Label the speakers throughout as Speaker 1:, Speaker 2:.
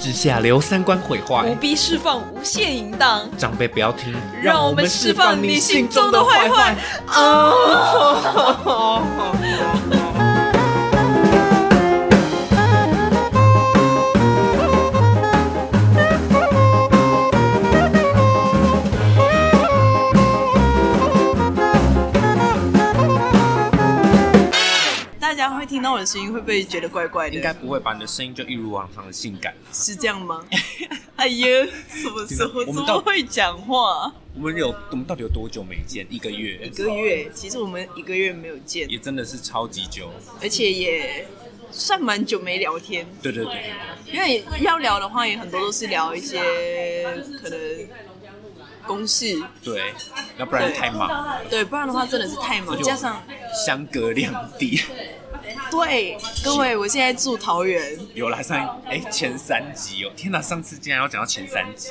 Speaker 1: 之下留三观毁
Speaker 2: 不
Speaker 1: 坏。
Speaker 2: 必释放无限淫荡，
Speaker 1: 长辈不要听，
Speaker 2: 让我们释放你心中的坏坏。
Speaker 3: 大家会听到我的声音，会不会觉得怪怪的？
Speaker 1: 应该不会吧？你的声音就一如往常的性感。
Speaker 3: 是这 样吗？哎呀，什么时候
Speaker 1: 我
Speaker 3: 怎
Speaker 1: 们
Speaker 3: 么
Speaker 1: 到
Speaker 3: 会讲话？
Speaker 1: 我们有，我们到底有多久没见？一个月，
Speaker 3: 一个月，其实我们一个月没有见，
Speaker 1: 也真的是超级久。
Speaker 3: 而且也算蛮久没聊天，
Speaker 1: 对对对，
Speaker 3: 因为要聊的话，也很多都是聊一些可能公事，
Speaker 1: 对，要不然太忙，
Speaker 3: 对，不然的话真的是太忙，
Speaker 1: 就
Speaker 3: 加上
Speaker 1: 相隔两地。
Speaker 3: 对各位，我现在住桃园，
Speaker 1: 有啦，上哎、前三集哦，天哪，上次竟然要讲到前三集，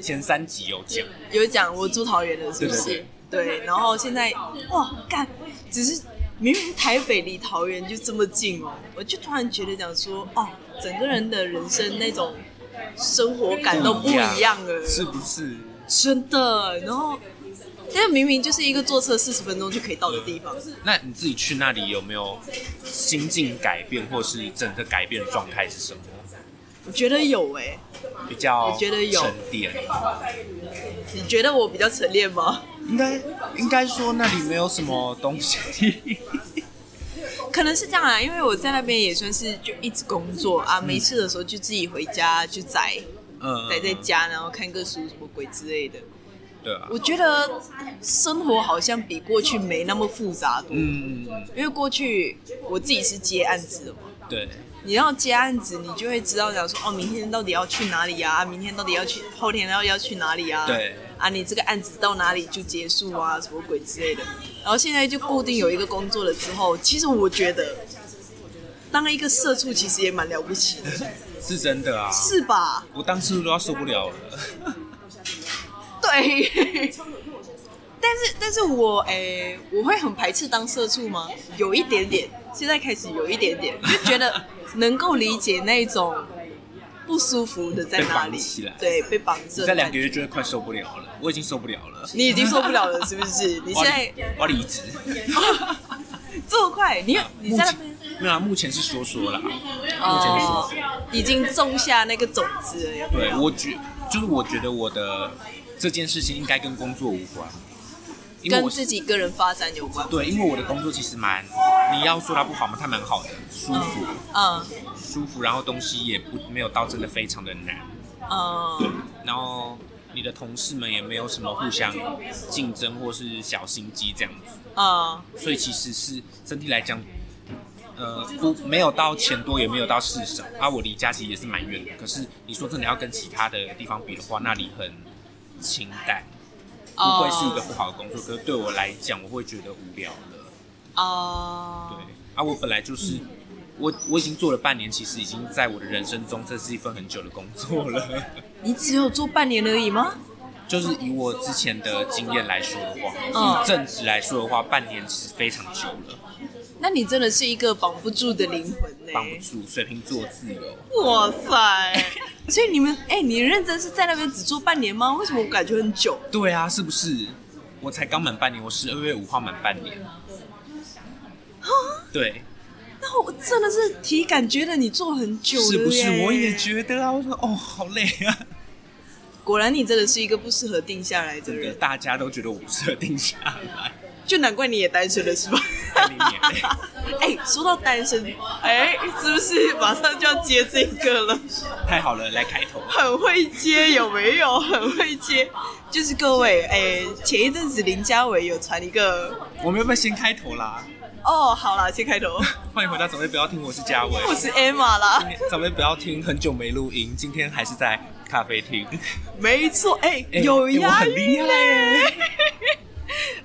Speaker 1: 前三集有讲，
Speaker 3: 有讲我住桃园的，是不是？对，然后现在哇干，只是明明台北离桃园就这么近哦，我就突然觉得讲说，哦，整个人的人生那种生活感都不一样了，
Speaker 1: 是不是？
Speaker 3: 真的。然后，但明明就是一个坐车四十分钟就可以到的地方，
Speaker 1: 那你自己去那里有没有心境改变，或是整个改变的状态是什么？
Speaker 3: 我觉得有哎、
Speaker 1: 比较
Speaker 3: 我觉得有
Speaker 1: 沉淀，
Speaker 3: 你觉得我比较沉练吗？
Speaker 1: 应该应该说那里没有什么东西，
Speaker 3: 可能是这样啊，因为我在那边也算是就一直工作啊，没事的时候就自己回家就宅
Speaker 1: 嗯，
Speaker 3: 宅在家，然后看个书什么鬼之类的。
Speaker 1: 对啊，
Speaker 3: 我觉得生活好像比过去没那么复杂多，
Speaker 1: 嗯，
Speaker 3: 因为过去我自己是接案子的嘛，
Speaker 1: 对，
Speaker 3: 你要接案子，你就会知道讲说，哦，明天到底要去哪里啊？明天到底要去，后天要要去哪里啊？
Speaker 1: 对，
Speaker 3: 啊，你这个案子到哪里就结束啊，什么鬼之类的。然后现在就固定有一个工作了之后，其实我觉得。当一个社畜其实也蛮了不 起的，
Speaker 1: 是真的啊，
Speaker 3: 是吧？
Speaker 1: 我当时都要受不了了，
Speaker 3: 对。但是，但是我诶、我会很排斥当社畜吗？有一点点，现在开始有一点点，就 觉得能够理解那种不舒服的在哪
Speaker 1: 被
Speaker 3: 里
Speaker 1: 绑起来，
Speaker 3: 对，被绑着。
Speaker 1: 你在两个，月就会快受不了了，我已经受不了了，
Speaker 3: 你已经受不了了，是 不是？你
Speaker 1: 我
Speaker 3: 现
Speaker 1: 要离
Speaker 3: 在
Speaker 1: 我要离职，
Speaker 3: 这么快，你你
Speaker 1: 啊目
Speaker 3: 在那
Speaker 1: 前
Speaker 3: 边
Speaker 1: 没有啊，目前是说说啦，
Speaker 3: 哦，已经种下那个种子了有没
Speaker 1: 对
Speaker 3: 有，
Speaker 1: 我觉就是我觉得我的这件事情应该跟工作无关，因为
Speaker 3: 跟
Speaker 1: 我
Speaker 3: 自己个人发展有关。
Speaker 1: 对，因为我的工作其实蛮，你要说它不好嘛，它蛮好的，舒服，
Speaker 3: 嗯
Speaker 1: 舒服，然后东西也不没有到真的非常的难，
Speaker 3: 嗯，
Speaker 1: 然后你的同事们也没有什么互相竞争或是小心机这样子，
Speaker 3: 嗯，
Speaker 1: 所以其实是整体来讲，呃，不没有到钱多，也没有到事少啊。我离家其实也是蛮远的，可是你说真的要跟其他的地方比的话，那里很清淡，不
Speaker 3: 哦
Speaker 1: 会是一个不好的工作，可是对我来讲，我会觉得无聊了。
Speaker 3: 哦，
Speaker 1: 对，啊，我本来就是，
Speaker 3: 嗯
Speaker 1: 我我已经做了半年，其实已经在我的人生中，这是一份很久的工作了。
Speaker 3: 你只有做半年而已吗？
Speaker 1: 就是以我之前的经验来说的话，
Speaker 3: 嗯
Speaker 1: 以正职来说的话，半年其实非常久了，
Speaker 3: 那你真的是一个绑不住的灵魂呢、
Speaker 1: 绑不住。水瓶座自由，
Speaker 3: 哇 塞！所以你们，哎、你认真是在那边只做半年吗？为什么我感觉很久？
Speaker 1: 对啊，是不是？我才刚满半年，我十二月五号满半年。对，
Speaker 3: 那我真的是体感觉得你做很久了
Speaker 1: 是不是？
Speaker 3: 耶
Speaker 1: 我也觉得啊，我说哦，好累啊，
Speaker 3: 果然你真的是一个不适合定下来的
Speaker 1: 真的，
Speaker 3: 人，
Speaker 1: 大家都觉得我不适合定下来，
Speaker 3: 就难怪你也单身了，是吧？
Speaker 1: 看你脸。
Speaker 3: 哎、说到单身，哎、是不是马上就要接这个了？
Speaker 1: 太好了，来开头。
Speaker 3: 很会接，有没有？很会接，就是各位，哎、前一阵子林嘉伟有传一个，
Speaker 1: 我们要不要先开头啦？
Speaker 3: 哦，好啦，先 开头。
Speaker 1: 欢迎回到长辈不要听，我是嘉伟。
Speaker 3: 我是 Emma 啦，
Speaker 1: 长辈不要听，很久没录音，今天还是在咖啡厅。
Speaker 3: 没错，哎、
Speaker 1: 哎
Speaker 3: 有
Speaker 1: 哎我
Speaker 3: 押
Speaker 1: 很厉
Speaker 3: 韵
Speaker 1: 害
Speaker 3: 嘞、
Speaker 1: 耶！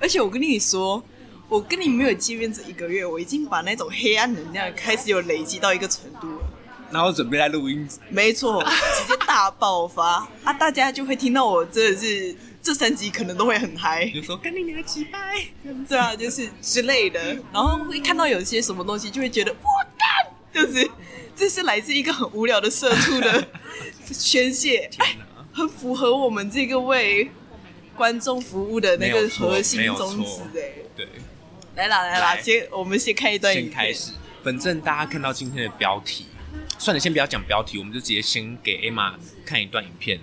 Speaker 3: 而且我跟你说，我跟你没有见面这一个月，我已经把那种黑暗能量开始有累积到一个程度了。
Speaker 1: 然后准备来录音，
Speaker 3: 没 错，直接大爆发啊！大家就会听到我真的是这三集可能都会很嗨，
Speaker 1: 就说跟你娘几掰。
Speaker 3: 对啊，就是之类的。然后会看到有些什么东西，就会觉得我干，就是这是来自一个很无聊的社 畜的宣泄，哎
Speaker 1: 天哪，
Speaker 3: 很符合我们这个为观众服务的那
Speaker 1: 没
Speaker 3: 个
Speaker 1: 有错
Speaker 3: 核心
Speaker 1: 没有
Speaker 3: 宗旨
Speaker 1: 错
Speaker 3: 哎、
Speaker 1: 对，
Speaker 3: 来啦来啦，
Speaker 1: 来
Speaker 3: 先我们先看一段影
Speaker 1: 先
Speaker 3: 片
Speaker 1: 开始。本正大家看到今天的标题，算了，先不要讲标题，我们就直接先给 Emma 看一段影片，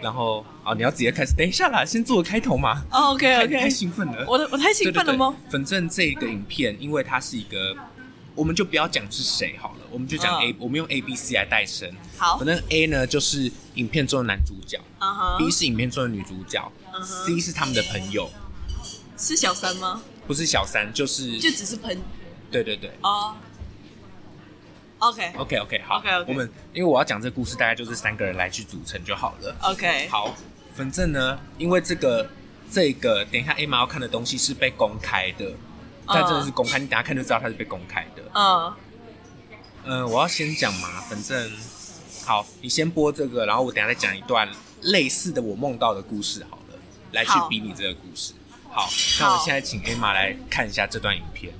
Speaker 1: 然后啊，你要直接开始，等一下啦，先做个开头嘛。
Speaker 3: 哦，OK
Speaker 1: 太
Speaker 3: OK，
Speaker 1: 太兴奋了，
Speaker 3: 我的我太兴奋了吗？
Speaker 1: 对对对反正这个影片，因为它是一个，我们就不要讲是谁好了，我们就讲
Speaker 3: 嗯
Speaker 1: A，、我们用 A B C 来代称。
Speaker 3: 好
Speaker 1: 反，正 A 呢就是影片中的男主角、
Speaker 3: 啊哈
Speaker 1: b 是影片中的女主角、
Speaker 3: 嗯哼
Speaker 1: c 是他们的朋友，
Speaker 3: 是小三吗？
Speaker 1: 不是小三就是
Speaker 3: 就只是朋
Speaker 1: 对对对。
Speaker 3: 哦，OK
Speaker 1: OK OK 好
Speaker 3: OK，OK
Speaker 1: 我们因为我要讲这个故事，大概就是三个人来去组成就好了。
Speaker 3: OK，
Speaker 1: 好，反正呢，因为这个这个，等一下 Emma 要看的东西是被公开的，但真的是公开，你等一下看就知道它是被公开的。
Speaker 3: 嗯，
Speaker 1: 嗯，我要先讲嘛，反正好，你先播这个，然后我等一下再讲一段类似的我梦到的故事好了，来去
Speaker 3: 好
Speaker 1: 比你这个故事。好，那我
Speaker 3: 好
Speaker 1: 现在请 Emma 来看一下这段影片。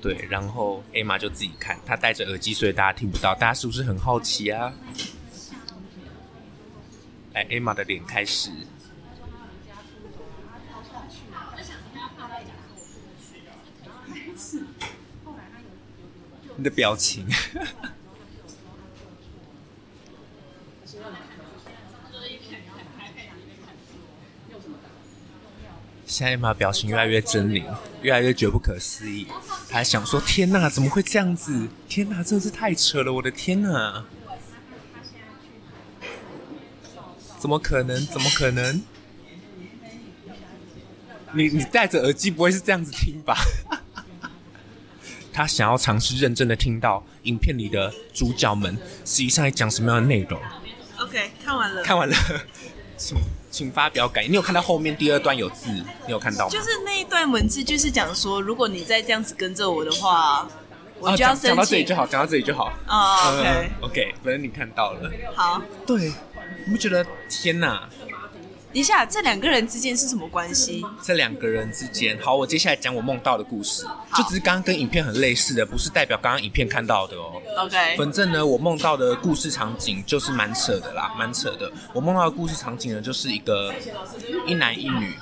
Speaker 1: 对，然后 Emma 就自己看，她戴着耳机，所以大家听不到。大家是不是很好奇啊？来，Emma 的脸开始。你的表情。现在嘛，表情越来越狰狞，越来越觉不可思议。他还想说：“天哪，怎么会这样子？天哪，真的是太扯了！我的天哪，怎么可能？怎么可能？你你戴着耳机不会是这样子听吧？”他想要尝试认真的听到影片里的主角们实际上在讲什么样的内容。
Speaker 3: OK，看完了，
Speaker 1: 看完了，请请发表感言。你有看到后面第二段有字，你有看到吗？
Speaker 3: 就是那一段文字，就是讲说，如果你再这样子跟着我的话，我
Speaker 1: 啊
Speaker 3: 就要
Speaker 1: 讲
Speaker 3: 申
Speaker 1: 讲到这里
Speaker 3: 请
Speaker 1: 就。好，讲到这里就好。
Speaker 3: 啊
Speaker 1: 嗯
Speaker 3: ，OK，
Speaker 1: OK，反正你看到了。
Speaker 3: 好。
Speaker 1: 对，你不觉得天哪？
Speaker 3: 等一下，这两个人之间是什么关系？
Speaker 1: 这两个人之间，好，我接下来讲我梦到的故事，就只是刚刚跟影片很类似的，不是代表刚刚影片看到的哦。
Speaker 3: OK，
Speaker 1: 反正呢，我梦到的故事场景就是蛮扯的啦，蛮扯的。我梦到的故事场景呢，就是一个一男一女，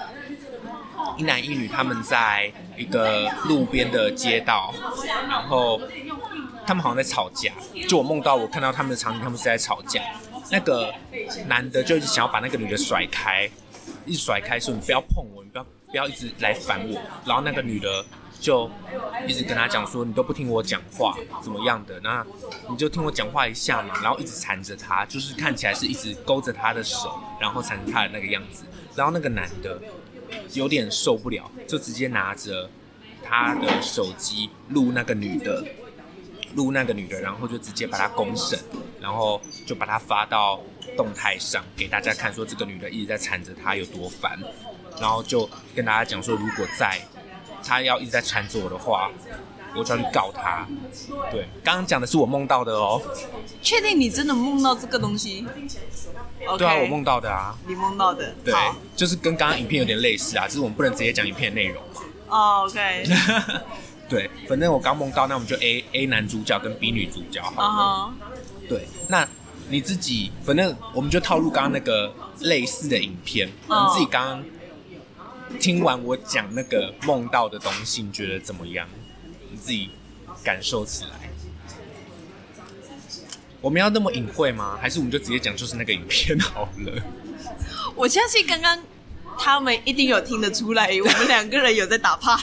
Speaker 1: 一男一女他们在一个路边的街道，然后他们好像在吵架。就我梦到我看到他们的场景，他们是在吵架。那个男的就一直想要把那个女的甩开，一直甩开说你不要碰我，你不要不要一直来烦我。然后那个女的就一直跟他讲说你都不听我讲话，怎么样的？那你就听我讲话一下嘛。然后一直缠着他，就是看起来是一直勾着他的手，然后缠着他的那个样子。然后那个男的有点受不了，就直接拿着他的手机录那个女的，录那个女的，然后就直接把她公审，然后就把她发到动态上给大家看，说这个女的一直在缠着他有多烦，然后就跟大家讲说，如果在他要一直在缠着我的话，我就要去告他。对，刚刚讲的是我梦到的哦，
Speaker 3: 确定你真的梦到这个东西？OK，
Speaker 1: 对啊，我梦到的啊，
Speaker 3: 你梦到的。
Speaker 1: 对啊
Speaker 3: 好，
Speaker 1: 就是跟刚刚影片有点类似啊，只是我们不能直接讲影片的内容。
Speaker 3: 哦，OK，
Speaker 1: 对，反正我刚梦到，那我们就 A A 男主角跟 B 女主角好了。
Speaker 3: 啊哈，
Speaker 1: 对，那你自己，反正我们就套入刚刚那个类似的影片，
Speaker 3: 哦
Speaker 1: 你自己刚刚听完我讲那个梦到的东西，你觉得怎么样？你自己感受起来。我们要那么隐晦吗？还是我们就直接讲就是那个影片好 了？
Speaker 3: 我相信刚刚他们一定有听得出来，我们两个人有在打 pass。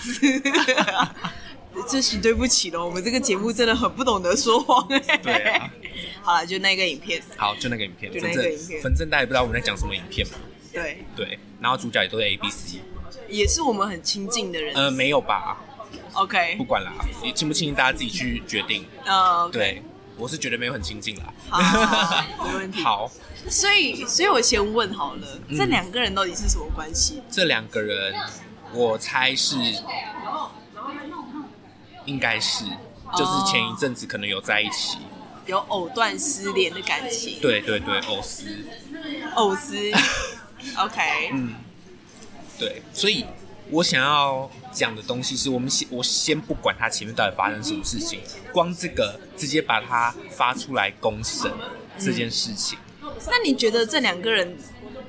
Speaker 3: 这许对不起了，我们这个节目真的很不懂得说谎。
Speaker 1: 对啊，
Speaker 3: 好了，就那个影片，
Speaker 1: 好，就那个影片，
Speaker 3: 就
Speaker 1: 反
Speaker 3: 那个
Speaker 1: 正
Speaker 3: 影片
Speaker 1: 反正大家也不知道我们在讲什么影片嘛。
Speaker 3: 对，
Speaker 1: 对，然后主角也都是 A B C，
Speaker 3: 也是我们很亲近的人。
Speaker 1: 呃，没有吧？
Speaker 3: OK，
Speaker 1: 不管啦，也亲不亲大家自己去决定。
Speaker 3: 呃，
Speaker 1: 对，我是觉得没有很亲近啦。
Speaker 3: 好好好没问题
Speaker 1: 好，
Speaker 3: 所以，所以我先问好了，
Speaker 1: 嗯
Speaker 3: 这两个人到底是什么关系？
Speaker 1: 这两个人，我猜是，应该是，就是前一阵子可能有在一起。
Speaker 3: 有藕断丝连的感情，
Speaker 1: 对对对，偶斯， 嗯
Speaker 3: 藕丝。OK，
Speaker 1: 对，所以我想要讲的东西是我们先我先不管它前面到底发生什么事情，光这个直接把它发出来公审这件事情，
Speaker 3: 那你觉得这两个人，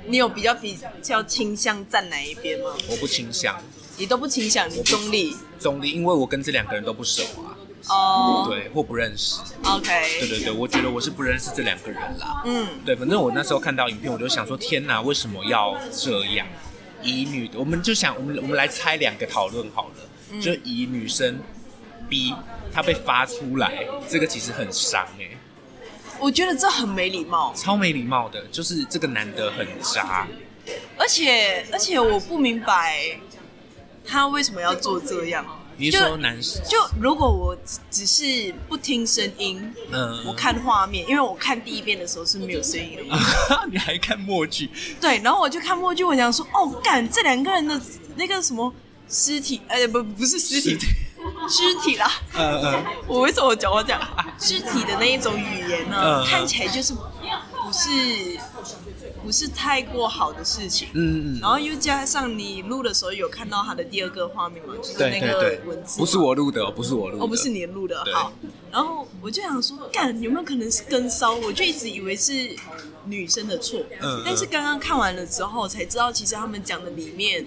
Speaker 3: 你有比较比较倾向站哪一边吗？
Speaker 1: 我不倾向
Speaker 3: 你都不倾向，你中立
Speaker 1: 中立，因为我跟这两个人都不熟啊，
Speaker 3: 哦。
Speaker 1: 对，或不认识。对
Speaker 3: OK，
Speaker 1: 对对，我觉得我是不认识这两个人啦。
Speaker 3: 嗯，
Speaker 1: 对，反正我那时候看到影片，我就想说，天哪，为什么要这样？以女，我们就想，我们我们来猜两个讨论好了，
Speaker 3: 嗯
Speaker 1: 就以女生 B 她被发出来，这个其实很伤哎、
Speaker 3: 我觉得这很没礼貌，
Speaker 1: 超没礼貌的，就是这个男的很渣，
Speaker 3: 而且而且我不明白他为什么要做这样。
Speaker 1: 你是
Speaker 3: 就
Speaker 1: 说男生，
Speaker 3: 就如果我只是不听声音，
Speaker 1: 嗯，
Speaker 3: 我，看画面，因为我看第一遍的时候是没有声音的嘛。
Speaker 1: 你还看默剧，
Speaker 3: 对，然后我就看默剧，我想说，哦，干，这两个人的那个什么尸体，呃，不，不是尸体，尸体啦。
Speaker 1: 呃呃，
Speaker 3: 我为什么讲我讲肢体的那一种语言呢？
Speaker 1: 嗯嗯
Speaker 3: 看起来就是不是不是太过好的事情。
Speaker 1: 嗯嗯
Speaker 3: 然，后又加上你录的时候有看到他的第二个画面嘛，就是
Speaker 1: 对
Speaker 3: 那
Speaker 1: 对
Speaker 3: 个
Speaker 1: 对
Speaker 3: 文，字，
Speaker 1: 不是，我录的哦，不是我录的，
Speaker 3: 哦，不是，你录的，
Speaker 1: 对
Speaker 3: 好。然后我就想说，干有没有可能是跟骚？我就一直以为是女生的错，
Speaker 1: 嗯嗯
Speaker 3: 但是刚刚看完了之后才知道，其实他们讲的里面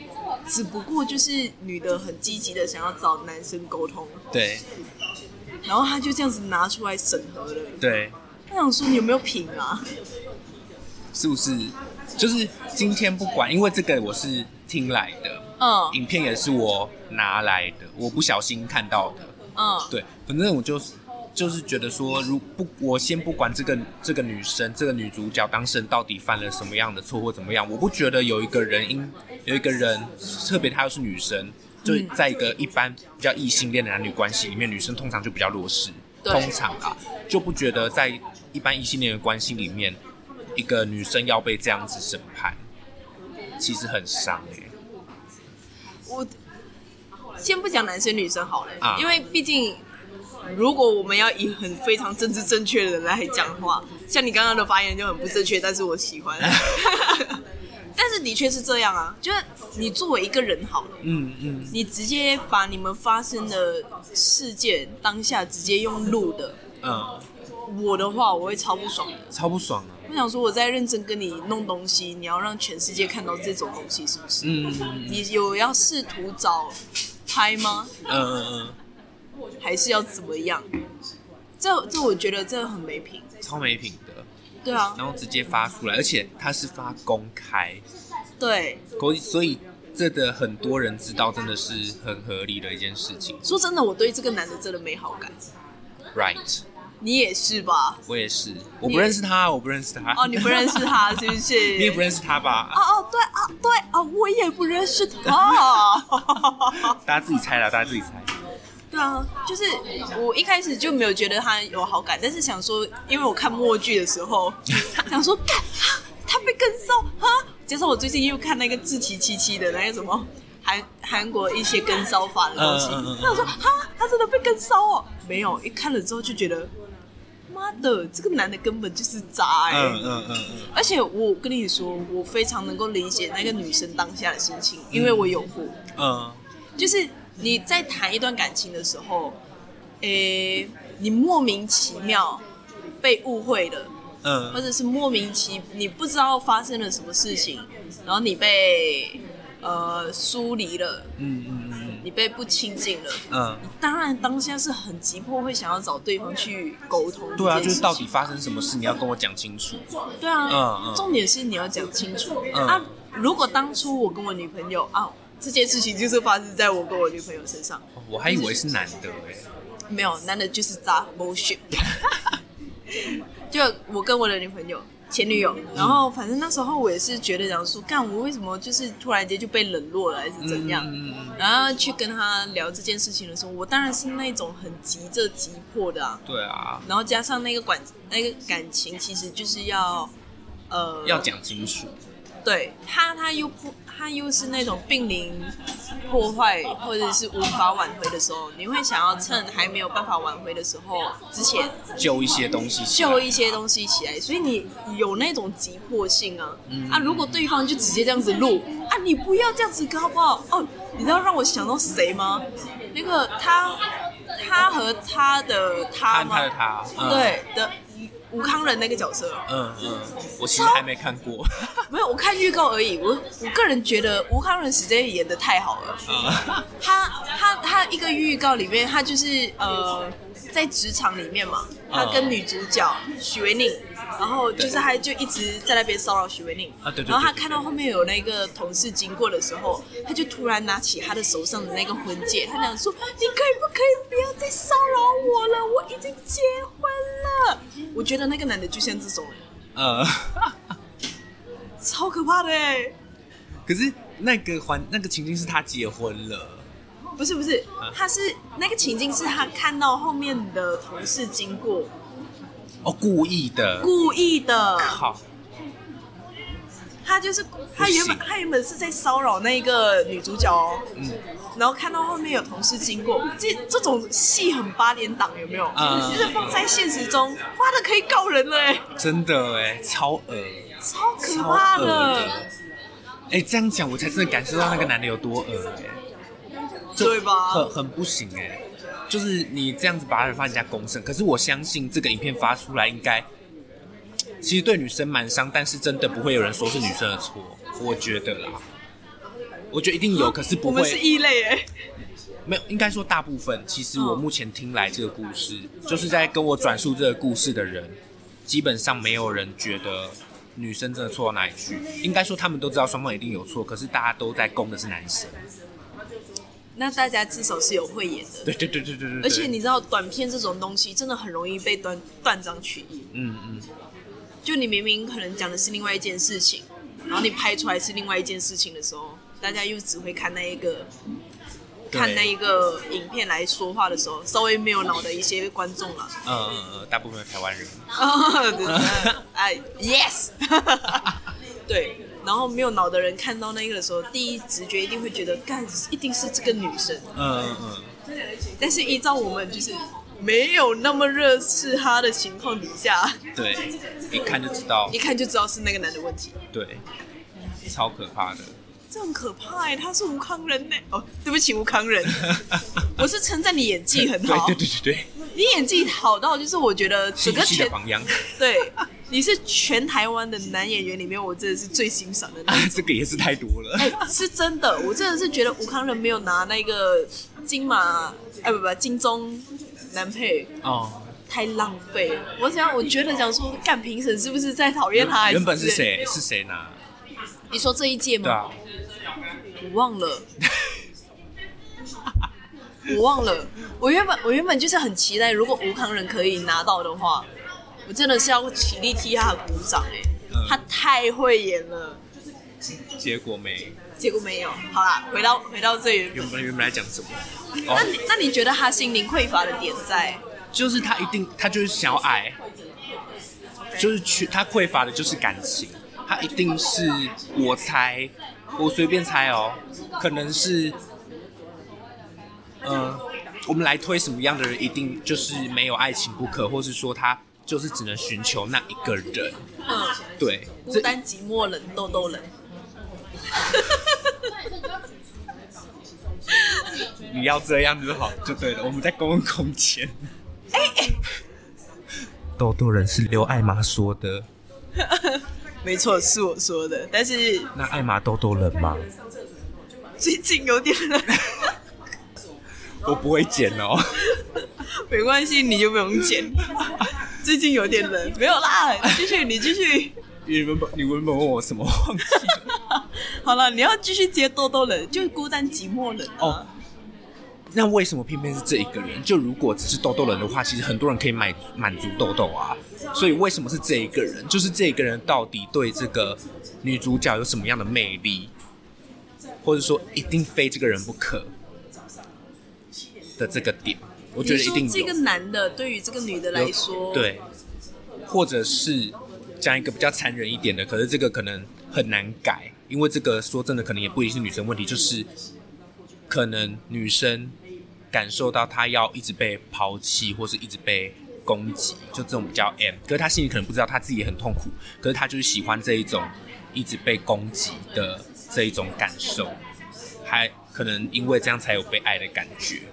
Speaker 3: 只不过就是女的很积极的想要找男生沟通，
Speaker 1: 对
Speaker 3: 然后他就这样子拿出来审核了。
Speaker 1: 对，
Speaker 3: 他想说你有没有品啊？
Speaker 1: 是不是？就是今天不管，因为这个我是听来的，
Speaker 3: 嗯
Speaker 1: 影片也是我拿来的，我不小心看到的。
Speaker 3: 嗯，
Speaker 1: 对，反正我就是就是觉得说，如不我先不管这个这个女生这个女主角当事人到底犯了什么样的错或怎么样，我不觉得有一个人因有一个人，特别她又是女生，就在一个一般比较异性恋的男女关系里面，女生通常就比较弱势，
Speaker 3: 对
Speaker 1: 通常啊就不觉得在一般异性恋的关系里面，一个女生要被这样子审判，其实很伤哎、
Speaker 3: 我先不讲男生女生好了，
Speaker 1: 啊
Speaker 3: 因为毕竟如果我们要以很非常政治正确的人来讲话，像你刚刚的发言就很不正确，但是我喜欢。但是的确是这样啊，就是你作为一个人好了，
Speaker 1: 嗯嗯。
Speaker 3: 你直接把你们发生的事件当下直接用录的，
Speaker 1: 嗯，
Speaker 3: 我的话我会超不爽的。
Speaker 1: 超不爽啊。
Speaker 3: 我想说我在认真跟你弄东西，你要让全世界看到这种东西是不是？
Speaker 1: 嗯嗯
Speaker 3: 你有要试图找拍吗？
Speaker 1: 嗯
Speaker 3: 还是要怎么样？这这我觉得这很没品。
Speaker 1: 嗯，超没品的，
Speaker 3: 对啊，
Speaker 1: 然后直接发出来，而且他是发公开，
Speaker 3: 对，
Speaker 1: 所以所以这个很多人知道，真的是很合理的一件事情
Speaker 3: 说真的，我对这个男的真的没好感。
Speaker 1: ，right？
Speaker 3: 你也是吧？
Speaker 1: 我也是，我不认识他，啊我不认识他。
Speaker 3: 哦，你不认识，他是不是？
Speaker 1: 你也不认识他吧？
Speaker 3: 哦哦，对啊，对啊，我也不认识他。
Speaker 1: 大家自己猜啦，大家自己猜。
Speaker 3: 对啊，就是我一开始就没有觉得他有好感，但是想说，因为我看默剧的时 候，想说，干啊他被跟骚哈。加上我最近又看那个志崎七七的那个什么韩韩国一些跟骚法的东西，
Speaker 1: 嗯嗯嗯嗯
Speaker 3: 他想说哈，他真的被跟骚哦？没有，一看了之后就觉得，妈的，这个男的根本就是渣哎、
Speaker 1: 嗯嗯嗯嗯，
Speaker 3: 而且我跟你说，我非常能够理解那个女生当下的心情，因为我有过。
Speaker 1: 嗯，
Speaker 3: 就是你在谈一段感情的时候，诶、你莫名其妙被误会了，或
Speaker 1: 嗯，
Speaker 3: 者是莫名其你不知道发生了什么事情，然后你被呃疏离了，
Speaker 1: 嗯嗯嗯
Speaker 3: 你被不亲近了。
Speaker 1: 嗯，
Speaker 3: 当然，当下是很急迫，会想要找对方去沟通。
Speaker 1: 对啊，
Speaker 3: 这件
Speaker 1: 就
Speaker 3: 事
Speaker 1: 是
Speaker 3: 情
Speaker 1: 到底发生什么事，你要跟我讲清楚。
Speaker 3: 对啊，
Speaker 1: 嗯嗯
Speaker 3: 重点是你要讲清楚、
Speaker 1: 嗯
Speaker 3: 啊。如果当初我跟我女朋友啊，这件事情就是发生在我跟我女朋友身上，
Speaker 1: 哦我还以为是男的哎，
Speaker 3: 没有，男的就是渣 bullshit。就我跟我的女朋友、前女友，然后反正那时候我也是觉得讲说，干我为什么就是突然间就被冷落了，还是怎样？
Speaker 1: 嗯嗯嗯
Speaker 3: 然后去跟他聊这件事情的时候，我当然是那种很急着急迫的啊。
Speaker 1: 对啊，
Speaker 3: 然后加上那个管那个感情，其实就是要呃
Speaker 1: 要讲清楚。
Speaker 3: 对他，他又不，他又是那种濒临破坏或者是无法挽回的时候，你会想要趁还没有办法挽回的时候之前
Speaker 1: 救一些东西起来，
Speaker 3: 救一些东西起来，所以你有那种急迫性啊、
Speaker 1: 嗯
Speaker 3: 啊！如果对方就直接这样子录啊，你不要这样子搞好不好？哦，你知道让我想到谁吗？那个他，他和他的他
Speaker 1: 看
Speaker 3: 吗？
Speaker 1: 他的他，嗯，
Speaker 3: 对的吴康仁那个角色，啊
Speaker 1: 嗯嗯，我其实还没看过，
Speaker 3: 没有，我看预告而已。我我个人觉得吴康仁实在演的太好了。
Speaker 1: 嗯
Speaker 3: 他他他一个预告里面，他就是呃，在职场里面嘛，他跟女主角许维宁，然后就是他就一直在那边骚扰许维宁
Speaker 1: 啊对对对
Speaker 3: 然后他
Speaker 1: 对对
Speaker 3: 看到后面有那个同事经过的时候，他就突然拿起他的手上的那个婚戒，他想说：“你可以不可以不要再骚扰我了？我已经结婚了。”我觉得那个男的就像这种人，
Speaker 1: 呃，
Speaker 3: 超可怕的哎、
Speaker 1: 可是那个环那个情境是他结婚了，
Speaker 3: 不是不是，
Speaker 1: 啊
Speaker 3: 他是那个情境是他看到后面的同事经过，
Speaker 1: 哦，故意的，
Speaker 3: 故意的，
Speaker 1: 靠，
Speaker 3: 他就是他原本
Speaker 1: 不行
Speaker 3: 他原本是在骚扰那个女主角哦，
Speaker 1: 嗯
Speaker 3: 然后看到后面有同事经过，这这种戏很八点档有没有？
Speaker 1: 嗯
Speaker 3: 就是放在现实中，哇，那可以告人了哎，
Speaker 1: 真的哎，超恶，
Speaker 3: 超可
Speaker 1: 超
Speaker 3: 怕
Speaker 1: 恶
Speaker 3: 的，
Speaker 1: 的，哎，这样讲我才真的感受到那个男的有多恶哎，就
Speaker 3: 对吧？
Speaker 1: 很很不行哎、就是你这样子把他发人家公审，可是我相信这个影片发出来应该，其实对女生蛮伤，但是真的不会有人说是女生的错，我觉得啦，我觉得一定有，可是
Speaker 3: 啊我
Speaker 1: 不
Speaker 3: 们是
Speaker 1: 会
Speaker 3: 异类哎，
Speaker 1: 没有，应该说大部分，其实我目前听来这个故事，就是在跟我转述这个故事的人，基本上没有人觉得。女生真的错到哪里去？应该说他们都知道双方一定有错，可是大家都在攻的是男生。
Speaker 3: 那大家至少是有慧眼的。
Speaker 1: 对对对对对对。对
Speaker 3: 而且，你知道短片这种东西真的很容易被断断章取义，
Speaker 1: 嗯嗯，
Speaker 3: 就你明明可能讲的是另外一件事情，然后你拍出来是另外一件事情的时候，大家又只会看那一个
Speaker 1: 对
Speaker 3: 看那一个影片来说话的时候，稍微没有脑的一些观众了。
Speaker 1: 嗯嗯嗯，大部分台湾人。
Speaker 3: 啊对对 哎，yes，对。然后没有脑的人看到那个的时候，第一直觉一定会觉得，干，一定是这个女生。
Speaker 1: 嗯嗯
Speaker 3: 但是依照我们就是没有那么热刺她的情况底下，
Speaker 1: 嗯，对，一看就知道
Speaker 3: 一，看就知道是那个男的问题。
Speaker 1: 对，超可怕 的。
Speaker 3: 这很可怕哎、他是吴康人呢、哦，对不起，吴 康人，我是称赞你演技很好，
Speaker 1: 对对对对对，
Speaker 3: 你演技好到就是我觉得整
Speaker 1: 戏
Speaker 3: 个
Speaker 1: 剧系
Speaker 3: 全
Speaker 1: 的榜样，
Speaker 3: 对，你是全台湾的男演员里面，我真的是最欣赏的 那一
Speaker 1: 这个也是太多了。
Speaker 3: 哎、是真的，我真的是觉得吴康人没有拿那个金马，哎、不不，金钟男配
Speaker 1: 哦，
Speaker 3: 太浪费了。我想，我觉得讲说，干评审是不是在讨厌他还
Speaker 1: 原本
Speaker 3: 之
Speaker 1: 是
Speaker 3: 类
Speaker 1: 谁？
Speaker 3: 的？
Speaker 1: 是谁拿？
Speaker 3: 你说这一届吗？
Speaker 1: 对啊，
Speaker 3: 我忘了， 我忘了。我原本我原本就是很期待，如果吴康仁可以拿到的话，我真的是要起立替他鼓掌哎、
Speaker 1: 嗯
Speaker 3: 他太会演了。
Speaker 1: 结果没。
Speaker 3: 结果没有，好啦，回到回到这里。
Speaker 1: 原本原本来讲什么？
Speaker 3: 那
Speaker 1: 哦，
Speaker 3: 你那你觉得他心灵匮乏的点在？
Speaker 1: 就是他一定，他就是想要爱，就是缺他匮乏的就是感情，他一定是我猜，我随便猜哦，可能是，呃，我们来推什么样的人，一定就是没有爱情不可，或是说他就是只能寻求那一个人，
Speaker 3: 嗯，
Speaker 1: 对，
Speaker 3: 孤
Speaker 1: 这
Speaker 3: 单寂寞冷痘痘冷。
Speaker 1: 你要这样就好，就对了，我们在公共空间。 豆豆人是刘艾玛说的，
Speaker 3: 没错，是我说的，但是
Speaker 1: 那艾玛豆豆人吗？
Speaker 3: 最近有点 冷，
Speaker 1: 我不会剪哦。
Speaker 3: 没关系，你就不用剪。最近有点 冷，没有啦，继续你继续。
Speaker 1: 你原本你原本问我什么忘记了？
Speaker 3: 好了，你要继续接痘痘冷，就是孤单寂寞冷、啊、
Speaker 1: 哦那为什么偏偏是这一个人？就如果只是豆豆人的话，其实很多人可以满满足豆豆啊。所以为什么是这一个人？就是这一个人到底对这个女主角有什么样的魅力，或者说一定非这个人不可的这个点，我觉得一定
Speaker 3: 你
Speaker 1: 有。
Speaker 3: 说这个男的对于这个女的来说，，
Speaker 1: 对，或者是讲一个比较残忍一点的，可是这个可能很难改，因为这个说真的，可能也不一定是女生问题，就是可能女生感受到她要一直被抛弃，或是一直被攻击，就这种比较 M，可是她心里可能不知道她自己也很痛苦，可是她就是喜欢这一种一直被攻击的这一种感受。还可能因为这样才有被爱的感觉，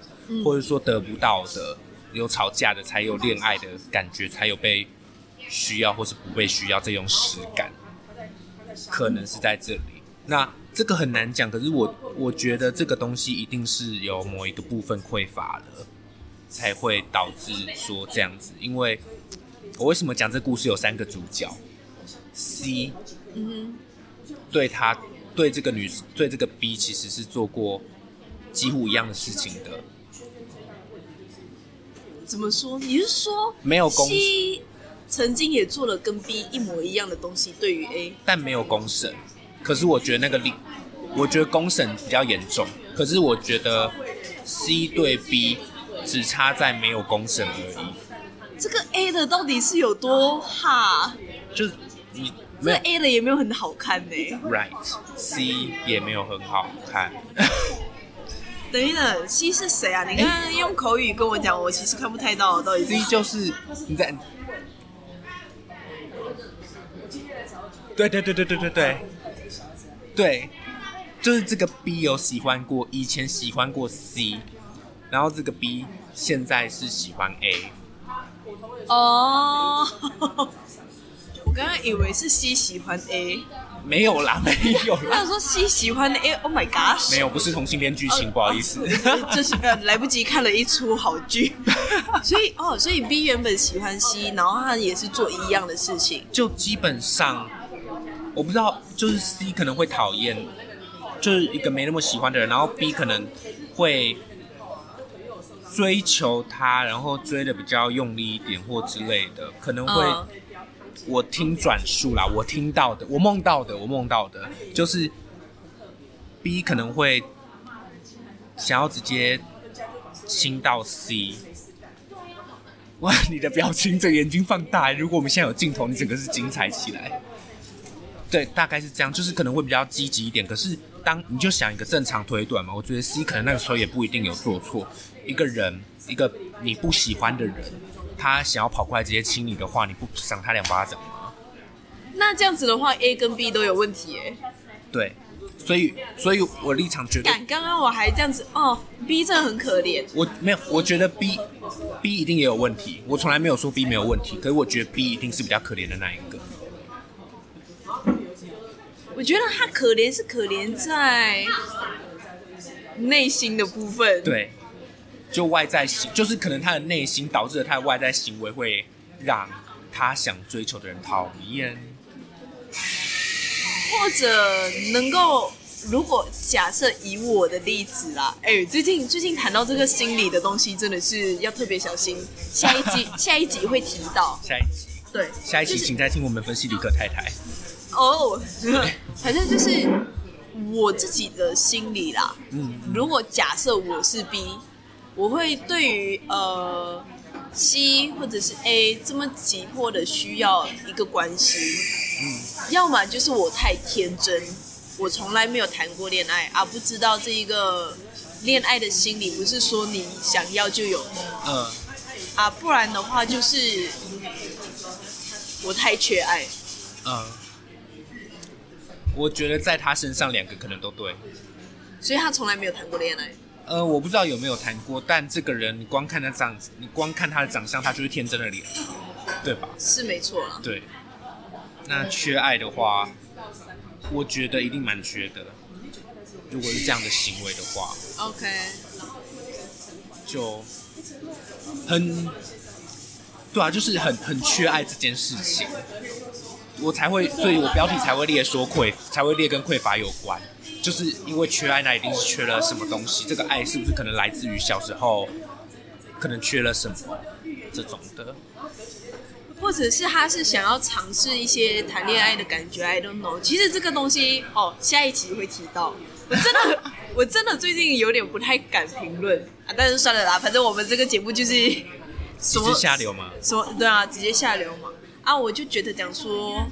Speaker 1: 或者说得不到的，有吵架的才有恋爱的感觉，才有被需要或是不被需要这种实感，可能是在这里。那这个很难讲，可是我我觉得这个东西一定是有某一个部分匮乏了，才会导致说这样子。因为我为什么讲这故事有三个主角？C
Speaker 3: 嗯
Speaker 1: 对他对这个女对这个 B 其实是做过几乎一样的事情的，
Speaker 3: 哼，怎么说？你是说
Speaker 1: 没有公，
Speaker 3: C 曾经也做了跟 B 一模一样的东西，对于 A，
Speaker 1: 但没有公审。可是我觉得那个力，我觉得公审比较严重。可是我觉得 C 对 B 只差在没有公审而已，
Speaker 3: 这个 A 的到底是有多哈？
Speaker 1: 就是你
Speaker 3: 这
Speaker 1: 没
Speaker 3: 个
Speaker 1: 有
Speaker 3: A 的也没有很好看呢、
Speaker 1: right，C 也没有很好看。
Speaker 3: 等一等，C 是谁啊？你看用口语跟我讲，我其实看不太到到底是
Speaker 1: C 就是你在。对对对对对对对，对，就是这个 B 有喜欢过，以前喜欢过 C，然后这个 B 现在是喜欢 A，
Speaker 3: 哦。我刚刚以为是 C 喜欢 A，
Speaker 1: 没有啦，没有
Speaker 3: 我
Speaker 1: 啦，
Speaker 3: 想说 C 喜欢 A，Oh my gosh！
Speaker 1: 没有，不是同性恋剧情，不好意思，
Speaker 3: 就是呃来不及看了一出好剧，所以哦，所以 B 原本喜欢 C，然后他也是做一样的事情，
Speaker 1: 就基本上我不知道，就是 C 可能会讨厌，就是一个没那么喜欢的人，然后 B 可能会追求他，然后追的比较用力一点或之类的，可能会、
Speaker 3: 嗯
Speaker 1: 我听转述啦，我听到的，我梦到的，我梦到的就是 B 可能会想要直接亲到 C。哇，你的表情，整个眼睛放大。欸如果我们现在有镜头，你整个是精彩起来。对，大概是这样，就是可能会比较积极一点。可是当你就想一个正常推断嘛，我觉得 C 可能那个时候也不一定有做错。一个人，一个你不喜欢的人，他想要跑过来直接亲你的话，你不赏他两巴掌吗？
Speaker 3: 那这样子的话，A 跟 B 都有问题耶。
Speaker 1: 对，所以，所以我立场绝对，
Speaker 3: 敢刚刚我还这样子哦，B 真的很可怜。
Speaker 1: 我没有，我觉得 B B 一定也有问题。我从来没有说 B 没有问题，可是我觉得 B 一定是比较可怜的那一个。
Speaker 3: 我觉得他可怜是可怜在内心的部分，，
Speaker 1: 对，就外在行，就是可能他的内心导致了他的外在行为会让他想追求的人讨厌。
Speaker 3: 或者能够。如果假设以我的例子啦，哎、最近最近谈到这个心理的东西，真的是要特别小心。下一集 下一集会提到，
Speaker 1: 下一集，
Speaker 3: 对，
Speaker 1: 下一集，
Speaker 3: 就是
Speaker 1: 请再听我们分析李克太太。
Speaker 3: 哦，反正就是我自己的心理啦。
Speaker 1: 嗯，
Speaker 3: 如果假设我是 B，我会对于呃 C 或者是 A 这么急迫的需要一个关系，要么就是我太天真，我从来没有谈过恋爱啊，不知道这一个恋爱的心理不是说你想要就有
Speaker 1: 嗯，
Speaker 3: 啊，不然的话就是我太缺爱。
Speaker 1: 嗯，我觉得在他身上两个可能都对。
Speaker 3: 所以他从来没有谈过恋爱。
Speaker 1: 呃，我不知道有没有谈过，但这个人你光看他长，你光看他的长相，他就是天真的脸，对吧？
Speaker 3: 是没错啦。
Speaker 1: 对。那缺爱的话，我觉得一定蛮缺的。如果是这样的行为的话，
Speaker 3: OK，
Speaker 1: 就很对啊，就是很很缺爱这件事情，我才会，所以我标题才会列说匮，才会列跟匮乏有关，就是因为缺爱，那一定是缺了什么东西，这个爱是不是可能来自于小时候，可能缺了什么这种的，
Speaker 3: 或者是他是想要尝试一些谈恋爱的感觉，I don't know。其实这个东西哦，下一集会提到。我真的， 我真的最近有点不太敢评论啊，但是算了啦，反正我们这个节目就是什
Speaker 1: 直
Speaker 3: 么
Speaker 1: 接下流嘛，
Speaker 3: 什么对啊，直接下流嘛啊，我就觉得讲说。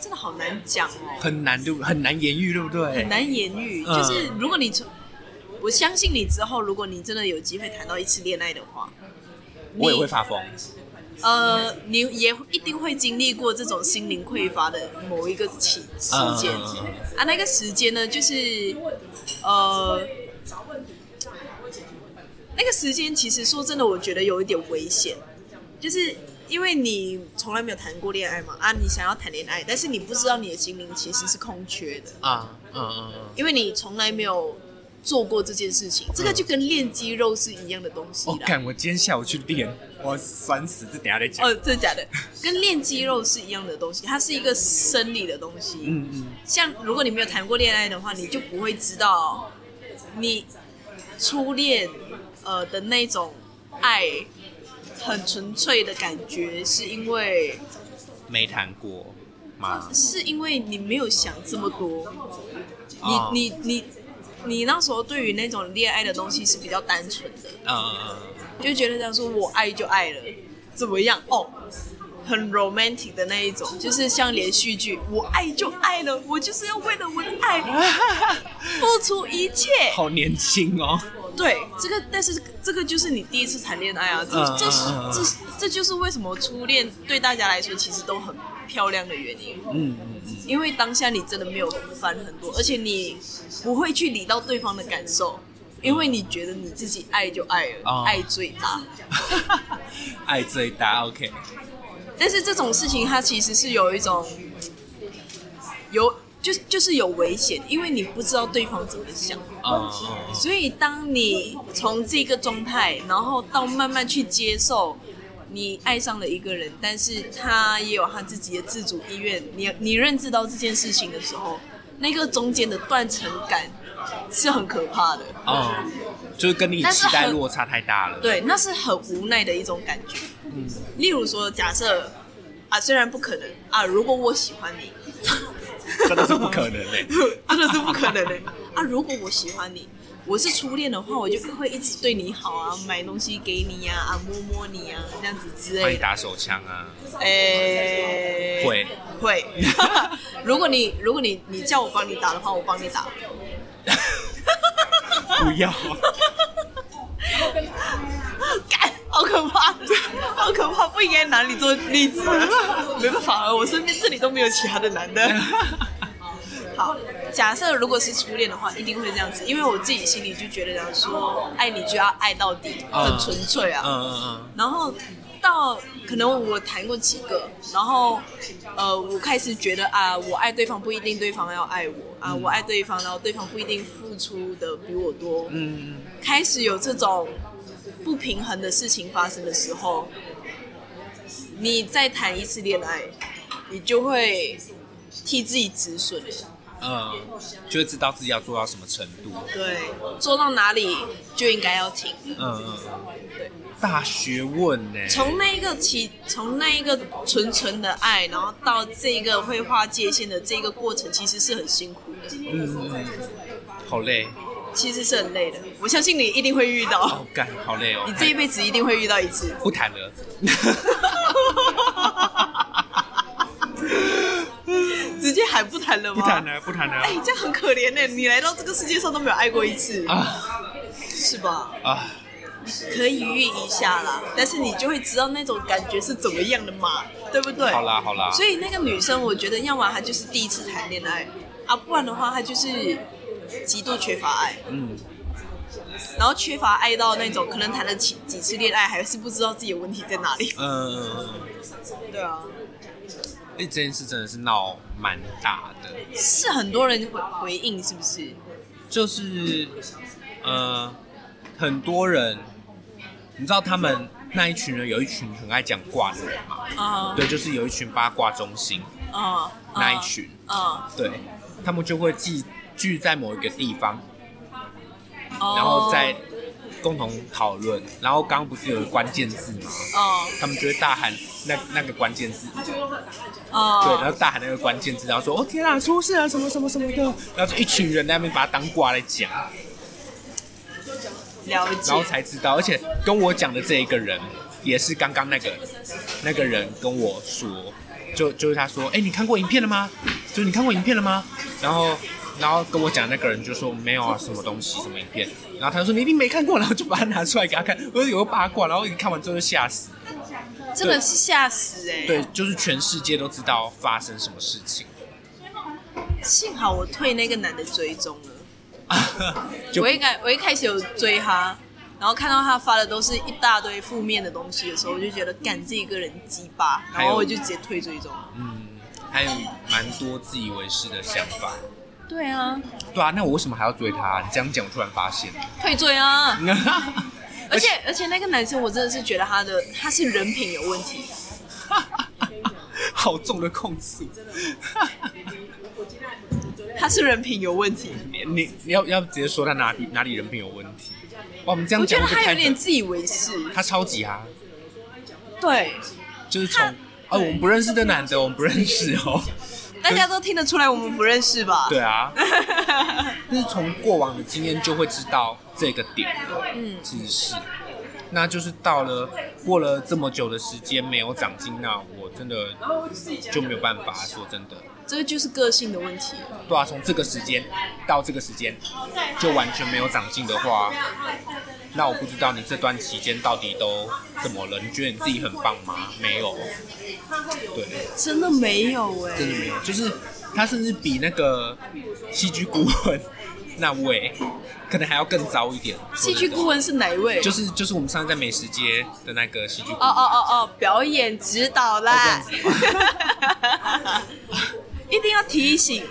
Speaker 3: 真的好难讲哦，
Speaker 1: 很难对不，很难 言喻，对不对
Speaker 3: 很？难言喻。
Speaker 1: 嗯
Speaker 3: 就是如果你从，我相信你之后，如果你真的有机会谈到一次恋爱的话，
Speaker 1: 我也
Speaker 3: 你
Speaker 1: 会发疯，
Speaker 3: 呃，你也一定会经历过这种心灵匮乏的某一个期时间、
Speaker 1: 嗯嗯嗯
Speaker 3: 啊，那个时间呢，就是呃，那个时间其实说真的，我觉得有一点危险，就是因为你从来没有谈过恋爱嘛，啊，你想要谈恋爱，但是你不知道你的心灵其实是空缺的，
Speaker 1: 啊，嗯嗯嗯，
Speaker 3: 因为你从来没有做过这件事情，这个就跟练肌肉是一样的东西
Speaker 1: 我
Speaker 3: 啦。
Speaker 1: 哦看我今天下午去练，我酸死，这等一下再讲。
Speaker 3: 哦，真的假的？跟练肌肉是一样的东西，它是一个生理的东西。
Speaker 1: 嗯嗯，
Speaker 3: 像如果你没有谈过恋爱的话，你就不会知道你初恋呃的那种爱很纯粹的感觉，是因为
Speaker 1: 没谈过吗？
Speaker 3: 是因为你没有想这么多，
Speaker 1: 哦
Speaker 3: 你你你你那时候对于那种恋爱的东西是比较单纯的，
Speaker 1: 嗯嗯嗯
Speaker 3: 就觉得这样说我爱就爱了，怎么样？哦，很 romantic 的那一种，就是像连续剧，我爱就爱了，我就是要为了我的 爱付出一切。
Speaker 1: 嗯，好年轻 哦。
Speaker 3: 对，这个但是这个就是你第一次谈恋爱啊，这
Speaker 1: 嗯
Speaker 3: 这
Speaker 1: 嗯嗯嗯
Speaker 3: 这这就是为什么初恋对大家来说其实都很漂亮的原因，
Speaker 1: 嗯嗯嗯，
Speaker 3: 因为当下你真的没有烦很多，而且你不会去理到对方的感受。因为你觉得你自己爱就爱了，
Speaker 1: 哦
Speaker 3: 爱最大。
Speaker 1: 爱最大，OK。
Speaker 3: 但是这种事情它其实是有一种有就就是有危险，因为你不知道对方怎么想，哦
Speaker 1: 嗯嗯
Speaker 3: 所以当你从这个状态，然后到慢慢去接受。你爱上了一个人，但是他也有他自己的自主意愿。你你认知到这件事情的时候，那个中间的断层感是很可怕的。
Speaker 1: 嗯嗯，就是跟你期待落差太大了。
Speaker 3: 哦对，那是很无奈的一种感觉。
Speaker 1: 嗯，
Speaker 3: 例如说，假设啊，虽然不可能啊，如果我喜欢你，
Speaker 1: 真的是不可能欸 嘞。
Speaker 3: 真的是不可能的、啊！如果我喜欢你，我是初恋的话，我就会一直对你好啊，买东西给你呀、啊，摸摸你啊，这样子之
Speaker 1: 帮
Speaker 3: 类
Speaker 1: 你
Speaker 3: 的。
Speaker 1: 打手枪 啊，
Speaker 3: 诶、
Speaker 1: 会
Speaker 3: 会。 如果你如果你你叫我帮你打的话，我帮你打。
Speaker 1: 不要。
Speaker 3: 干，好可怕，好可怕，不应该拿你做例子。啊没办法啊，我身边这里都没有其他的 男的。
Speaker 1: 嗯
Speaker 3: 好，假设如果是初恋的话，一定会这样子，因为我自己心里就觉得这样说，爱你就要爱到底，
Speaker 1: 嗯
Speaker 3: 很纯粹啊。
Speaker 1: 嗯嗯
Speaker 3: 然后到可能我谈过几个，然后呃，我开始觉得啊，我爱对方不一定对方要爱我啊，我爱对方，然后对方不一定付出的比我多，
Speaker 1: 嗯嗯，
Speaker 3: 开始有这种不平衡的事情发生的时候，你再谈一次恋爱，你就会替自己止损，
Speaker 1: 嗯，就会知道自己要做到什么程度。
Speaker 3: 对，做到哪里就应该要停。
Speaker 1: 嗯嗯嗯，大学问欸呢？
Speaker 3: 从那一个起，从那一个纯纯的爱，然后到这个会划界限的这个过程，其实是很辛苦的，
Speaker 1: 嗯嗯嗯，好累，
Speaker 3: 其实是很累的。我相信你一定会遇到
Speaker 1: 好，干，好累哦。
Speaker 3: 你这一辈子一定会遇到一次。
Speaker 1: 不谈了。
Speaker 3: 直接喊不谈了吗？
Speaker 1: 不谈。了，不谈了
Speaker 3: 哎、这样很可怜呢。你来到这个世界上都没有爱过一次，
Speaker 1: 啊
Speaker 3: 是吧？
Speaker 1: 啊！
Speaker 3: 可以预一下啦，但是你就会知道那种感觉是怎么样的嘛，对不对？
Speaker 1: 好啦好啦，
Speaker 3: 所以那个女生，我觉得要么她就是第一次谈恋爱啊，不然的话她就是极度缺乏爱，
Speaker 1: 嗯，
Speaker 3: 然后缺乏爱到那种可能谈了几几次恋爱，还是不知道自己的问题在 哪里。
Speaker 1: 嗯，
Speaker 3: 对啊，
Speaker 1: 哎，这件事真的是闹蛮大的，
Speaker 3: 是很多人回回应是不是？
Speaker 1: 就是呃，很多人，你知道他们那一群人有一群很爱讲卦的人嘛？
Speaker 3: 啊
Speaker 1: 对，就是有一群八卦中心
Speaker 3: 啊，
Speaker 1: 那一群，
Speaker 3: 啊，
Speaker 1: 对他们就会聚聚在某一个地方，
Speaker 3: 哦
Speaker 1: 然后再共同讨论。然后刚刚不是有个关键字吗？
Speaker 3: 哦
Speaker 1: 他们就会大喊那那个关键字，
Speaker 3: 哦，
Speaker 1: 对，然后大喊那个关键字，然后说：“哦天啊，出事了，什么什么什么的。”然后就一群人在那边把它当卦来讲，
Speaker 3: 了解
Speaker 1: 然后才知道。而且跟我讲的这一个人，也是刚刚那个那个人跟我说，就就是他说：“哎、你看过影片了吗？就是你看过影片了吗？”然后然后跟我讲那个人就说：“没有啊，什么东西，什么影片。”然后他就说：“你一定没看过。”然后就把它拿出来给他看，我就有个八卦，然后一看完之后就吓死。
Speaker 3: 真的是吓死哎、
Speaker 1: 对，就是全世界都知道发生什么事情，
Speaker 3: 幸好我退那个男的追踪了。
Speaker 1: 就
Speaker 3: 我一开我一开始有追他，然后看到他发的都是一大堆负面的东西的时候，我就觉得干这个人鸡巴，
Speaker 1: 还有
Speaker 3: 然后我就直接退追踪。
Speaker 1: 嗯，还有蛮多自以为是的想法。
Speaker 3: 对啊，
Speaker 1: 对啊，那我为什么还要追他？你这样讲，我突然发 现，
Speaker 3: 退追啊！而且而且那个男生，我真的是觉得他的他是人品有问题。
Speaker 1: 好重的控诉。
Speaker 3: 他是人品有问题，
Speaker 1: 你你你要要直接说他哪里哪里人品有问题？哇，我们这样
Speaker 3: 我
Speaker 1: 讲
Speaker 3: 觉得
Speaker 1: 会不会
Speaker 3: 他
Speaker 1: 太
Speaker 3: 有点自以为是。
Speaker 1: 他超级啊，
Speaker 3: 对，
Speaker 1: 就是从啊我们不认识的男的，我们不认识哦。
Speaker 3: 大家都听得出来我们不认识吧？
Speaker 1: 对 啊，就是从过往的经验就会知道这个点了。嗯，其实是，那就是到了过了这么久的时间没有长进，那我真的就没有办法。说真的，
Speaker 3: 这个就是个性的问题。
Speaker 1: 对啊，从这个时间到这个时间就完全没有长进的话，那我不知道你这段期间到底都怎么了？你觉得你自己很棒吗？没有，对，
Speaker 3: 真的没有哎、
Speaker 1: 真的没有，就是他甚至比那个戏剧顾问那位可能还要更糟一点。
Speaker 3: 戏剧顾
Speaker 1: 问
Speaker 3: 问是哪一位？
Speaker 1: 就是是就是我们上次在美食街的那个戏剧顾
Speaker 3: 哦
Speaker 1: 问，
Speaker 3: 哦哦哦，表演指导啦
Speaker 1: 哦这样子，
Speaker 3: 一定要提醒，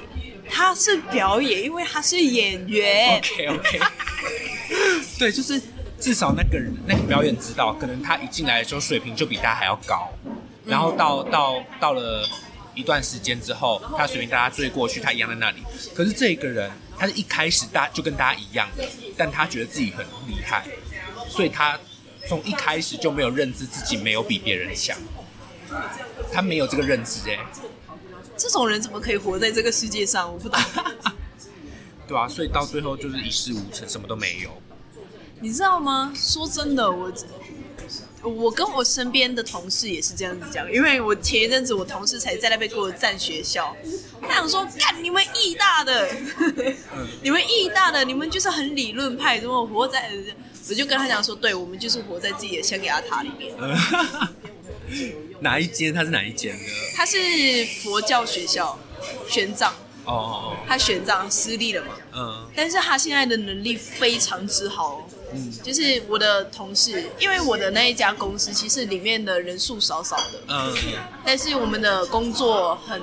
Speaker 3: 他是表演，因为他是演员。
Speaker 1: OK OK，对，就是至少那个人那个表演指导，可能他一进来的时候水平就比他还要高，然后到到到了一段时间之后，他水平大家追过去，他一样在那里。可是这个人，他是一开始大就跟大家一样的，但他觉得自己很厉害，所以他从一开始就没有认知自己没有比别人强，他没有这个认知哎、
Speaker 3: 这种人怎么可以活在这个世界上？我不懂。
Speaker 1: 对啊，所以到最后就是一事无成，什么都没有。
Speaker 3: 你知道吗？说真的，我我跟我身边的同事也是这样子讲，因为我前一阵子我同事才在那边给我赞学校，他想说，看你们艺大的， 你们艺大的，你们就是很理论派，怎么活在……我就跟他讲说，对我们就是活在自己的象牙塔里面。
Speaker 1: 哪一间？他是哪一间的？
Speaker 3: 他是佛教学校，玄奘，
Speaker 1: 哦，
Speaker 3: 他玄奘私立的嘛，
Speaker 1: 嗯
Speaker 3: 但是他现在的能力非常之好哦。就是我的同事，因为我的那一家公司其实里面的人数少少的，
Speaker 1: 嗯
Speaker 3: 但是我们的工作很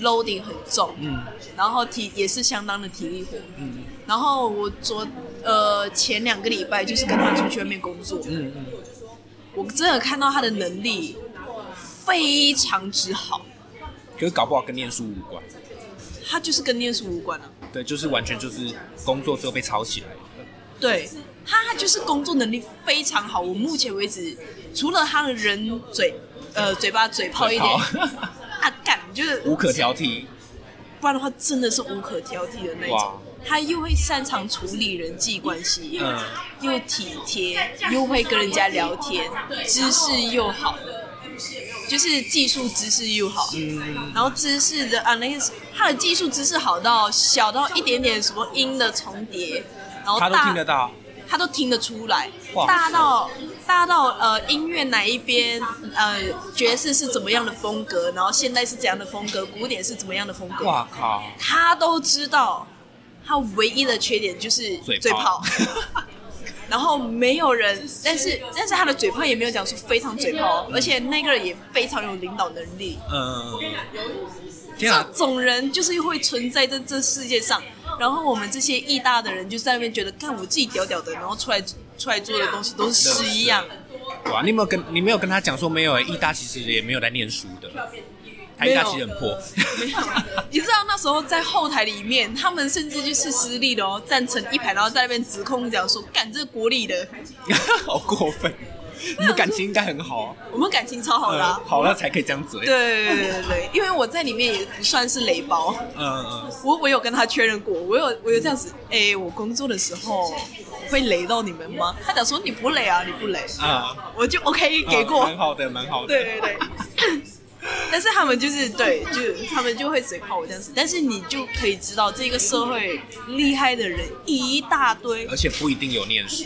Speaker 3: loading 很重，
Speaker 1: 嗯
Speaker 3: 然后体也是相当的体力活。
Speaker 1: 嗯
Speaker 3: 然后我昨呃前两个礼拜就是跟他出去外面工作，
Speaker 1: 嗯嗯，
Speaker 3: 我真的看到他的能力非常之好，
Speaker 1: 可是搞不好跟念书无关，
Speaker 3: 他就是跟念书无关啊。
Speaker 1: 对，就是完全就是工作之后被抄起来。
Speaker 3: 对他，他就是工作能力非常好。我目前为止，除了他的人嘴呃嘴巴嘴炮一点，
Speaker 1: 好
Speaker 3: 啊干就是
Speaker 1: 无可挑剔。
Speaker 3: 不然的话真的是无可挑剔的那
Speaker 1: 哇
Speaker 3: 种。他又会擅长处理人际关系，
Speaker 1: 嗯
Speaker 3: 又体贴，又会跟人家聊天，知识又好，就是技术知识又好。
Speaker 1: 嗯，
Speaker 3: 然后知识的啊，那个他的技术知识好到小到一点点什么音的重叠，然后
Speaker 1: 嗯他都
Speaker 3: 大
Speaker 1: 听得到。
Speaker 3: 他都听得出来
Speaker 1: 哇，
Speaker 3: 大到大到呃音乐哪一边呃爵士是怎么样的风格，然后现代是怎样的风格，古典是怎么样的风格，
Speaker 1: 哇靠！
Speaker 3: 他都知道。他唯一的缺点就是
Speaker 1: 嘴炮
Speaker 3: 嘴炮， 然后没有人，但是但是他的嘴炮也没有讲出非常嘴炮，而且那个人也非常有领导能力。
Speaker 1: 嗯，天
Speaker 3: 这
Speaker 1: 啊，
Speaker 3: 种人就是会存在在这世界上，然后我们这些艺大的人就在那边觉得，看我自己屌屌的，然后出来出来做的东西都是屎一样。
Speaker 1: 哇！你有没有跟你没有跟他讲说没有、欸？义大其实也没有在念书的，他义大其实很破。
Speaker 3: 没有，你知道那时候在后台里面，他们甚至就是私立的哦，站成一排，然后在那边指控讲说，干这是国立的，
Speaker 1: 好过分！你们感情应该很好，
Speaker 3: 我们感情超好
Speaker 1: 嗯
Speaker 3: 啦、
Speaker 1: 好了才可以这样嘴。
Speaker 3: 对对对对对，因为我在里面也不算是雷包，
Speaker 1: 嗯，嗯嗯，
Speaker 3: 我我有跟他确认过，我有我有这样子，哎、我工作的时候会雷到你们吗？他讲说你不雷啊，你不雷，
Speaker 1: 啊，
Speaker 3: 我就 OK 给过，
Speaker 1: 蛮好的，蛮好的。
Speaker 3: 对对对。 但是他们就是对，就他们就会嘴炮我这样子，但是你就可以知道这个社会厉害的人一大堆
Speaker 1: 而，且不一定有念书，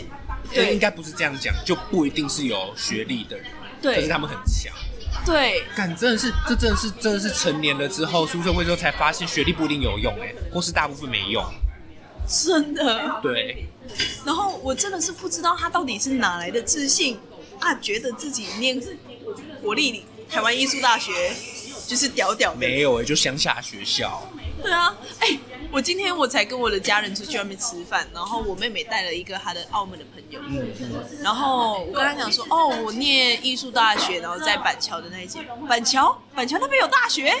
Speaker 3: 对
Speaker 1: 应该不是这样讲，就不一定是有学历的人，可
Speaker 3: 对
Speaker 1: 是他们很强。
Speaker 3: 对，
Speaker 1: 干，真的是，这真的是，真的是成年了之后，出社会之后才发现学历不一定有用、欸，哎，或是大部分没用。
Speaker 3: 真的。
Speaker 1: 对，
Speaker 3: 然后我真的是不知道他到底是哪来的自信啊，觉得自己念国立台湾艺术大学就是屌屌的。
Speaker 1: 没有哎、就乡下学校，
Speaker 3: 对啊，哎、我今天我才跟我的家人出去外面吃饭，然后我妹妹带了一个她的澳门的朋友，
Speaker 1: 嗯
Speaker 3: 然后我跟她讲说，哦，我念艺术大学，然后在板桥的那一间，板桥，板桥那边有大 学，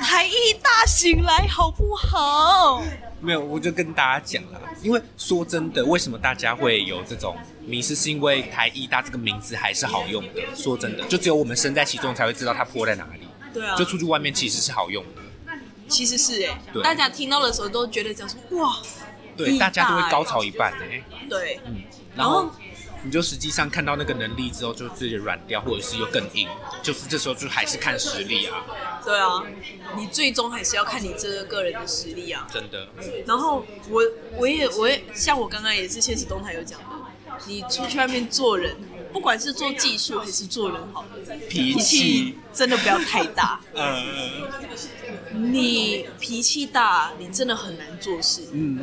Speaker 3: 台艺大醒来好不好？
Speaker 1: 没有，我就跟大家讲啦，因为说真的，为什么大家会有这种迷失，是因为台艺大这个名字还是好用的。说真的，就只有我们身在其中才会知道它破在哪里。
Speaker 3: 对啊
Speaker 1: 就出去外面其实是好用的。
Speaker 3: 其实是哎、
Speaker 1: 对
Speaker 3: 大家听到的时候都觉得讲说，哇，
Speaker 1: 对，
Speaker 3: 艺大
Speaker 1: 大家都会高潮一半哎、
Speaker 3: 对，
Speaker 1: 然后
Speaker 3: 然后
Speaker 1: 你就实际上看到那个能力之后，就自己软掉，或者是又更硬，就是这时候就还是看实力啊，
Speaker 3: 对啊，你最终还是要看你这个个人的实力啊。
Speaker 1: 真的。
Speaker 3: 然后我我也我也像我刚刚也是现实动态有讲的，你出去外面做人，不管是做技术还是做人好了，
Speaker 1: 脾
Speaker 3: 脾气
Speaker 1: 气，
Speaker 3: 真的不要太大。
Speaker 1: 呃，
Speaker 3: 你脾气大，你真的很难做事。嗯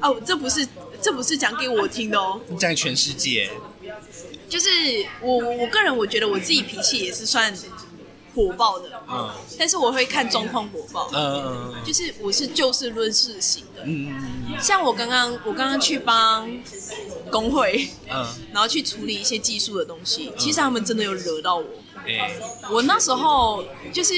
Speaker 3: 哦，这不是这不是讲给我听的哦，
Speaker 1: 在全世界，
Speaker 3: 就是我我个人我觉得我自己脾气也是算火爆的，
Speaker 1: 嗯
Speaker 3: 但是我会看状况火爆，
Speaker 1: 呃，
Speaker 3: 就是我是就事论事型的。
Speaker 1: 嗯
Speaker 3: 像我刚刚我刚刚去帮工会。
Speaker 1: 嗯，
Speaker 3: 然后去处理一些技术的东西。其实他们真的有惹到我。
Speaker 1: 哎，
Speaker 3: 我那时候就是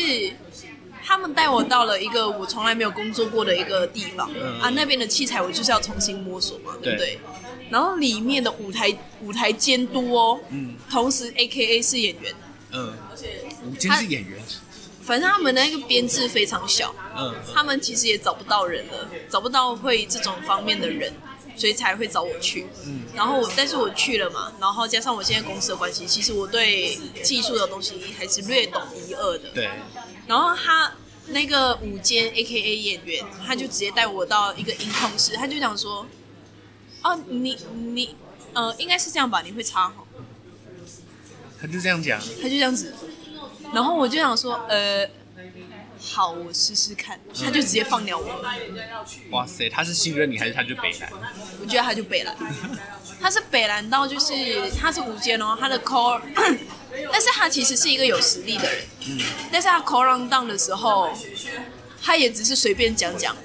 Speaker 3: 他们带我到了一个我从来没有工作过的一个地方、
Speaker 1: 嗯
Speaker 3: 啊，那边的器材我就是要重新摸索嘛，对
Speaker 1: 对
Speaker 3: 不对？然后里面的舞台舞台监督哦，
Speaker 1: 嗯
Speaker 3: 同时 A K A 是演员，
Speaker 1: 嗯，我今天是演员，
Speaker 3: 反正他们那个编制非常小，
Speaker 1: 嗯
Speaker 3: 他们其实也找不到人了，找不到会这种方面的人，所以才会找我去。嗯，然后我但是我去了嘛，然后加上我现在公司的关系，其实我对技术的东西还是略懂一二的。，
Speaker 1: 对，
Speaker 3: 然后他那个午间 A K A 演员，他就直接带我到一个音控室，他就讲说：“哦，你你呃，应该是这样吧，你会插吼。”
Speaker 1: 他就这样讲，
Speaker 3: 他就这样子，然后我就想说，呃，好，我试试看。他就直接放鸟我了，
Speaker 1: 哇塞，他是信任你还是他就北南？
Speaker 3: 我觉得他就北蓝，他是北蓝到就是他是无间哦，他的 call，但是他其实是一个有实力的人，但是他 call round down 的时候，他也只是随便讲讲。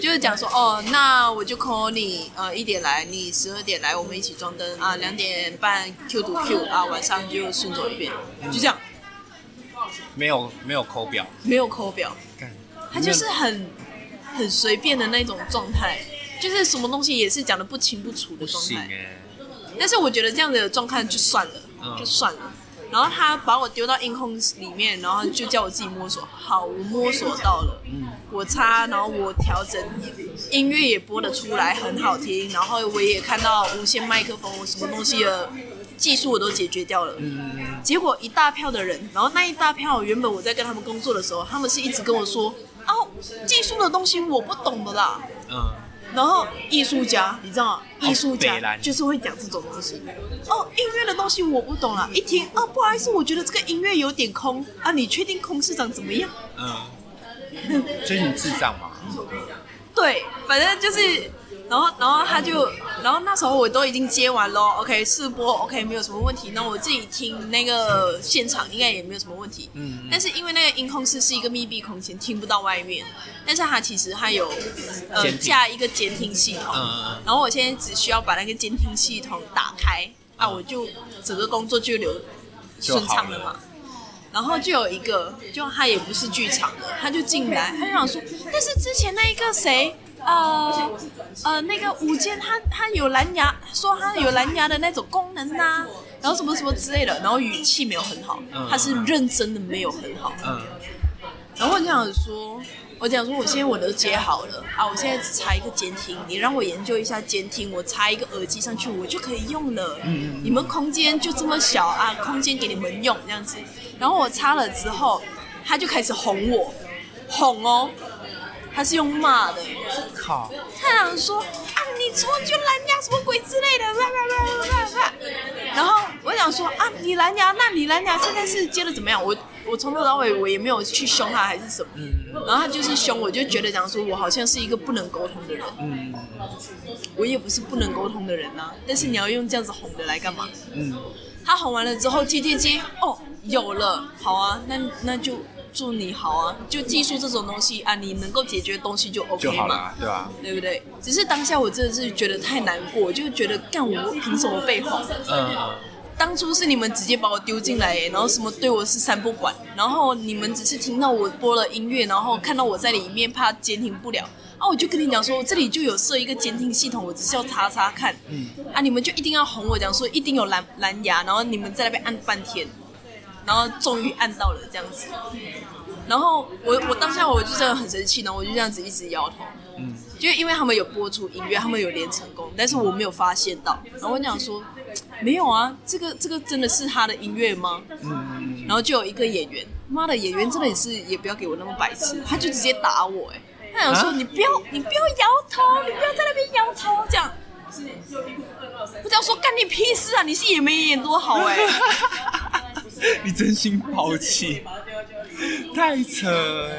Speaker 3: 就是讲说哦，那我就 call 你，呃，一点来，你十二点来，我们一起装灯啊，两点半 Q to Q 啊，晚上就顺走一遍，就这样，
Speaker 1: 没有没有抠表，
Speaker 3: 没有扣表。
Speaker 1: 干，
Speaker 3: 他就是很很随便的那种状态，就是什么东西也是讲的不清不楚
Speaker 1: 不
Speaker 3: 的状
Speaker 1: 行
Speaker 3: 态。
Speaker 1: 哎，
Speaker 3: 但是我觉得这样的状态就算了，
Speaker 1: 嗯
Speaker 3: 就算了。然后他把我丢到硬控里面，然后就叫我自己摸索。好，我摸索到了，
Speaker 1: 嗯
Speaker 3: 我擦，然后我调整，音乐也播得出来，很好听。然后我也看到无线麦克风，我什么东西的技术我都解决掉了。
Speaker 1: 嗯，
Speaker 3: 结果一大票的人，然后那一大票原本我在跟他们工作的时候，他们是一直跟我说，哦，技术的东西我不懂的啦。
Speaker 1: 嗯，
Speaker 3: 然后艺术家，你知道吗？艺术
Speaker 1: 北
Speaker 3: 家
Speaker 1: 兰
Speaker 3: 就是会讲这种东西。哦，音乐的东西我不懂啦，一听啊，不好意思，我觉得这个音乐有点空啊，你确定空市长怎么样？
Speaker 1: 嗯，就是你智障嘛，
Speaker 3: 对，反正就是，然后然后他就，然后那时候我都已经接完咯 o k 试播，OK 没有什么问题，那我自己听那个现场应该也没有什么问题。
Speaker 1: 嗯嗯
Speaker 3: 但是因为那个音控室是一个密闭空间，听不到外面，但是它其实它有呃
Speaker 1: 监听
Speaker 3: 架一个监听系统，
Speaker 1: 嗯
Speaker 3: 然后我现在只需要把那个监听系统打开啊，我就整个工作就流顺畅了
Speaker 1: 嗯就好
Speaker 3: 嘛。然后就有一个，就他也不是剧场的，他就进来，他就想说，但是之前那一个谁，呃呃，那个午间他他有蓝牙，说他有蓝牙的那种功能呐、然后什么什么之类的，然后语气没有很好
Speaker 1: 嗯，
Speaker 3: 他是认真的没有很好，
Speaker 1: 嗯，
Speaker 3: 然后我就想说，我讲说我现在我都接好了啊，我现在只插一个监听，你让我研究一下监听，我插一个耳机上去，我就可以用了。
Speaker 1: 嗯嗯
Speaker 3: 你们空间就这么小啊，空间给你们用这样子。然后我插了之后，他就开始哄我，哄哦，他是用骂的，
Speaker 1: 靠，
Speaker 3: 他想说啊，你从就蓝牙什么鬼之类的，啦啦啦啦啦啦。然后李兰芽，那李兰芽现在是接的怎么样？我我从头到尾我也没有去凶他还是什么，
Speaker 1: 嗯
Speaker 3: 然后他就是凶我，就觉得讲说我好像是一个不能沟通的人，啊
Speaker 1: 嗯
Speaker 3: 我也不是不能沟通的人呐、啊但是你要用这样子哄的来干嘛？
Speaker 1: 嗯，
Speaker 3: 他哄完了之后踢踢踢，哦，有了，好啊，那那就祝你好啊，就技术这种东西啊，你能够解决的东西就 OK
Speaker 1: 就好
Speaker 3: 嘛。
Speaker 1: 了，啊对吧？
Speaker 3: 对不对？只是当下我真的是觉得太难过，就觉得干我凭什么被哄？
Speaker 1: 嗯嗯
Speaker 3: 当初是你们直接把我丢进来，然后什么对我是三不管，然后你们只是听到我播了音乐，然后看到我在里面，怕监听不了。啊，我就跟你讲说，这里就有设一个监听系统，我只是要查查看。
Speaker 1: 嗯
Speaker 3: 啊，你们就一定要哄我讲说一定有蓝蓝牙，然后你们在那边按半天，然后终于按到了这样子。然后我我当下我就真的很生气，然后我就这样子一直摇头。
Speaker 1: 嗯，
Speaker 3: 就因为他们有播出音乐，他们有连成功，但是我没有发现到。然后我讲说，没有啊，这个这个真的是他的音乐吗？
Speaker 1: 嗯
Speaker 3: 然后就有一个演员，妈的，演员真的也是也不要给我那么白痴，他就直接打我、哎，他想说、
Speaker 1: 啊
Speaker 3: 你不要你不要摇头，你不要在那边摇头这样。我想说干你屁事啊！你是演没演多好哎、
Speaker 1: 你真心抛弃，太扯了，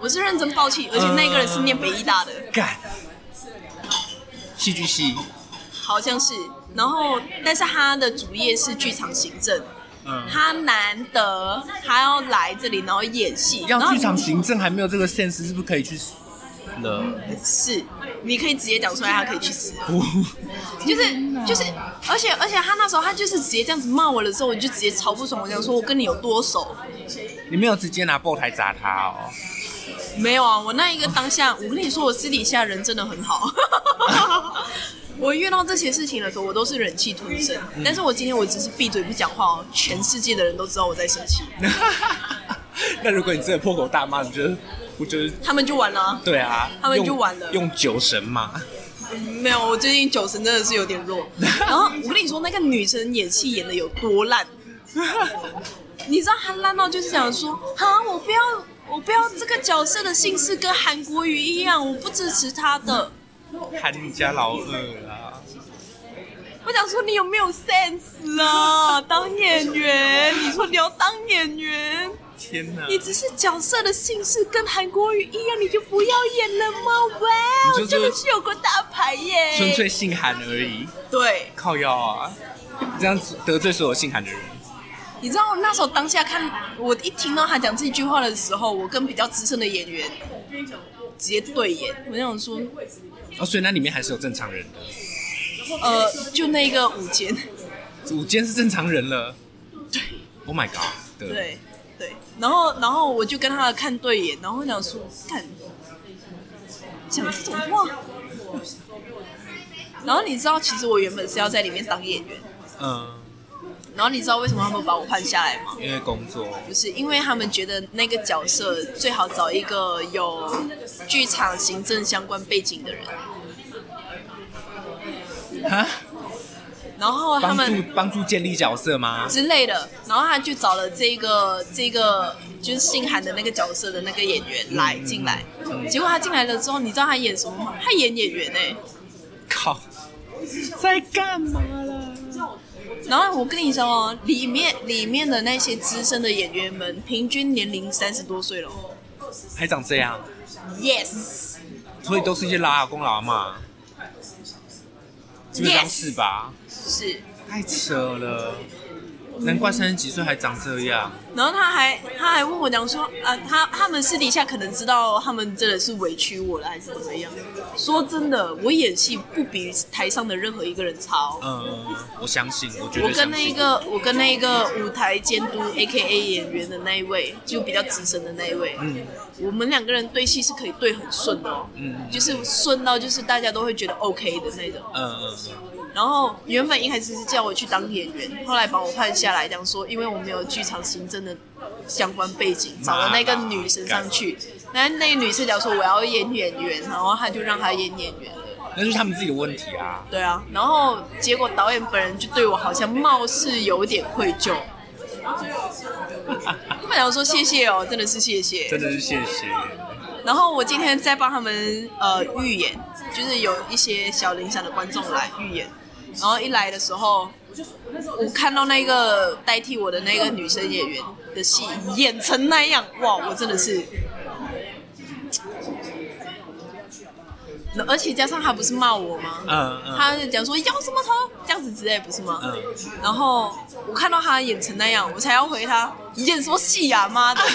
Speaker 3: 我是认真抱气，而且那个人是念北医大的。
Speaker 1: 干，戏剧系，
Speaker 3: 好像是。然后，但是他的主业是剧场行政，
Speaker 1: 嗯
Speaker 3: 他难得他要来这里，然后演戏，然
Speaker 1: 要
Speaker 3: 后
Speaker 1: 剧场行政还没有这个 sense，是不是可以去死了？
Speaker 3: 是，你可以直接讲出来，他可以去死。
Speaker 1: 不，
Speaker 3: 就是就是，而且而且他那时候他就是直接这样子骂我的时候，我就直接超不爽，我想说我跟你有多熟？
Speaker 1: 你没有直接拿爆台砸他哦。
Speaker 3: 没有啊，我那一个当下，我跟你说，我私底下人真的很好。 我遇到这些事情的时候，我都是忍气吞声。
Speaker 1: 嗯
Speaker 3: 但是我今天我只是闭嘴不讲话哦，全世界的人都知道我在生气，
Speaker 1: 那如果你真的破口大骂，你觉得？我觉得
Speaker 3: 他们就完了啊、
Speaker 1: 对啊，
Speaker 3: 他们
Speaker 1: 用
Speaker 3: 就完了
Speaker 1: 用酒神 嘛，
Speaker 3: 没有，我最近酒神真的是有点 弱。然后我跟你说，那个女生演戏演的有多烂，你知道她烂到就是想说，啊，我不要，我不要这个角色的姓氏跟韩国瑜一样，我不支持他的。
Speaker 1: 喊你家老二啊啦。
Speaker 3: 我想说，你有没有 sense 啊？当演员，你说你要当演员，
Speaker 1: 天哪！
Speaker 3: 你只是角色的姓氏跟韩国瑜一样，你就不要演了吗？哇
Speaker 1: 你
Speaker 3: 哦，
Speaker 1: 就是
Speaker 3: 真的是有个大牌耶！
Speaker 1: 纯粹姓韩而已，
Speaker 3: 对。
Speaker 1: 靠腰啊！你这样子得罪所有姓韩的人，
Speaker 3: 你知道那时候当下看我一听到他讲这句话的时候，我跟比较资深的演员直接对眼，我想说，
Speaker 1: 哦，所以那里面还是有正常人的。
Speaker 3: 呃，就那个舞间，
Speaker 1: 五间是正常人了。对，Oh my god！对，
Speaker 3: 对对，然后然后我就跟他看对眼，然后我想说，干讲这种话，然后你知道，其实我原本是要在里面当演员，
Speaker 1: 嗯，
Speaker 3: 然后你知道为什么他们把我换下来吗？
Speaker 1: 因为工作，
Speaker 3: 不是，因为他们觉得那个角色最好找一个有剧场行政相关背景的人，
Speaker 1: 哈，
Speaker 3: 然后他
Speaker 1: 帮助
Speaker 3: 们
Speaker 1: 帮助建立角色吗？
Speaker 3: 之类的，然后他就找了这个这个就是姓韩的那个角色的那个演员来进来，
Speaker 1: 嗯
Speaker 3: 结果他进来了之后，你知道他演什么吗？他演演员哎、
Speaker 1: 靠，在干嘛啦？
Speaker 3: 然后我跟你说哦，里面里面的那些资深的演员们，平均年龄三十多岁了哦
Speaker 1: 还长这样，
Speaker 3: ，yes，
Speaker 1: 所以都是一些老阿公老阿妈，基本上是吧？
Speaker 3: 是。
Speaker 1: 太扯了，难怪三十几岁还长这样。
Speaker 3: 然后他还他还问我讲说，啊，他他们私底下可能知道他们真的是委屈我了，还是怎么样？说真的，我演戏不比台上的任何一个人差哦。
Speaker 1: 嗯，我相信，我觉得
Speaker 3: 我跟那一个，我跟那一个舞台监督 A K A 演员的那一位，就比较资深的那一位，
Speaker 1: 嗯
Speaker 3: 我们两个人对戏是可以对很顺的哦，
Speaker 1: 嗯
Speaker 3: 就是顺到就是大家都会觉得 O、k 的那种。
Speaker 1: 嗯嗯嗯
Speaker 3: 然后原本一开始是叫我去当演员，后来把我换下来，讲说因为我没有剧场行政的相关背景，找了那个女生上去。那那个女生讲说我要演演员，然后他就让她演演员了。
Speaker 1: 嗯，那就是他们自己的问题啊。
Speaker 3: 对啊，然后结果导演本人就对我好像貌似有点愧疚。他们想说谢谢哦，真的是谢谢。
Speaker 1: 真的是谢 谢。
Speaker 3: 然后我今天在帮他们呃预演，就是有一些小铃响的观众来预演，然后一来的时候，我看到那个代替我的那个女生演员的戏演成那样，哇，我真的是。而且加上他不是骂我吗？
Speaker 1: 嗯嗯，
Speaker 3: 他就讲说摇什么头这样子之类，不是吗？
Speaker 1: 嗯
Speaker 3: 然后我看到他演成那样，我才要回他演什么戏呀、妈 的！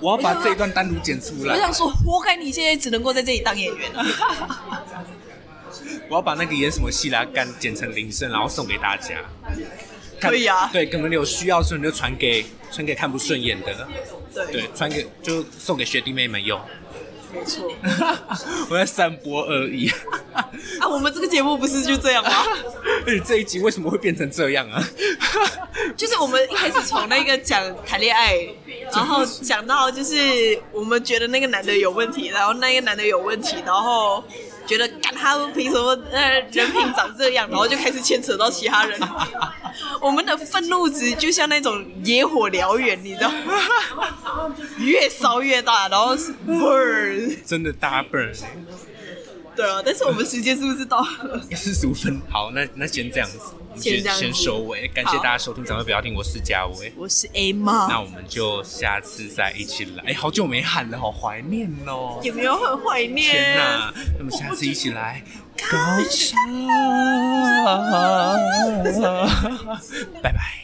Speaker 1: 我要把这一段单独剪出
Speaker 3: 我
Speaker 1: 来，
Speaker 3: 想 说，活该你现在只能够在这里当演员。
Speaker 1: 我要把那个演什么戏啦干剪成铃声，然后送给大家。看
Speaker 3: 可以啊
Speaker 1: 对，可能有需要的时候你就传给传给看不顺眼的，
Speaker 3: 对，
Speaker 1: 对，传给就送给学弟妹们用。
Speaker 3: 没错。
Speaker 1: 我在散播恶意。
Speaker 3: 啊，我们这个节目不是就这样吗？
Speaker 1: 而且哎这一集为什么会变成这样啊？
Speaker 3: 就是我们一开始从那个讲谈恋爱，然后讲到就是我们觉得那个男的有问题，然后那个男的有问题，然后觉得干他们凭什么呃人品长这样，然后就开始牵扯到其他人。我们的愤怒值就像那种野火燎原，你知道吗？越烧越大，然后是 burn。
Speaker 1: 真的大 burn 欸
Speaker 3: 对啊，但是我们时间是不是到了？
Speaker 1: 四十五分。好，那那先这样子，我们
Speaker 3: 先
Speaker 1: 先
Speaker 3: 这样子
Speaker 1: 先收尾。感谢大家收听，掌声不要听，我是嘉威。
Speaker 3: 我是 A 妈。
Speaker 1: 那我们就下次再一起来。哎，好久没喊了，好怀念哦！
Speaker 3: 有没有很怀念？
Speaker 1: 天哪，那么下次一起来高潮，拜拜。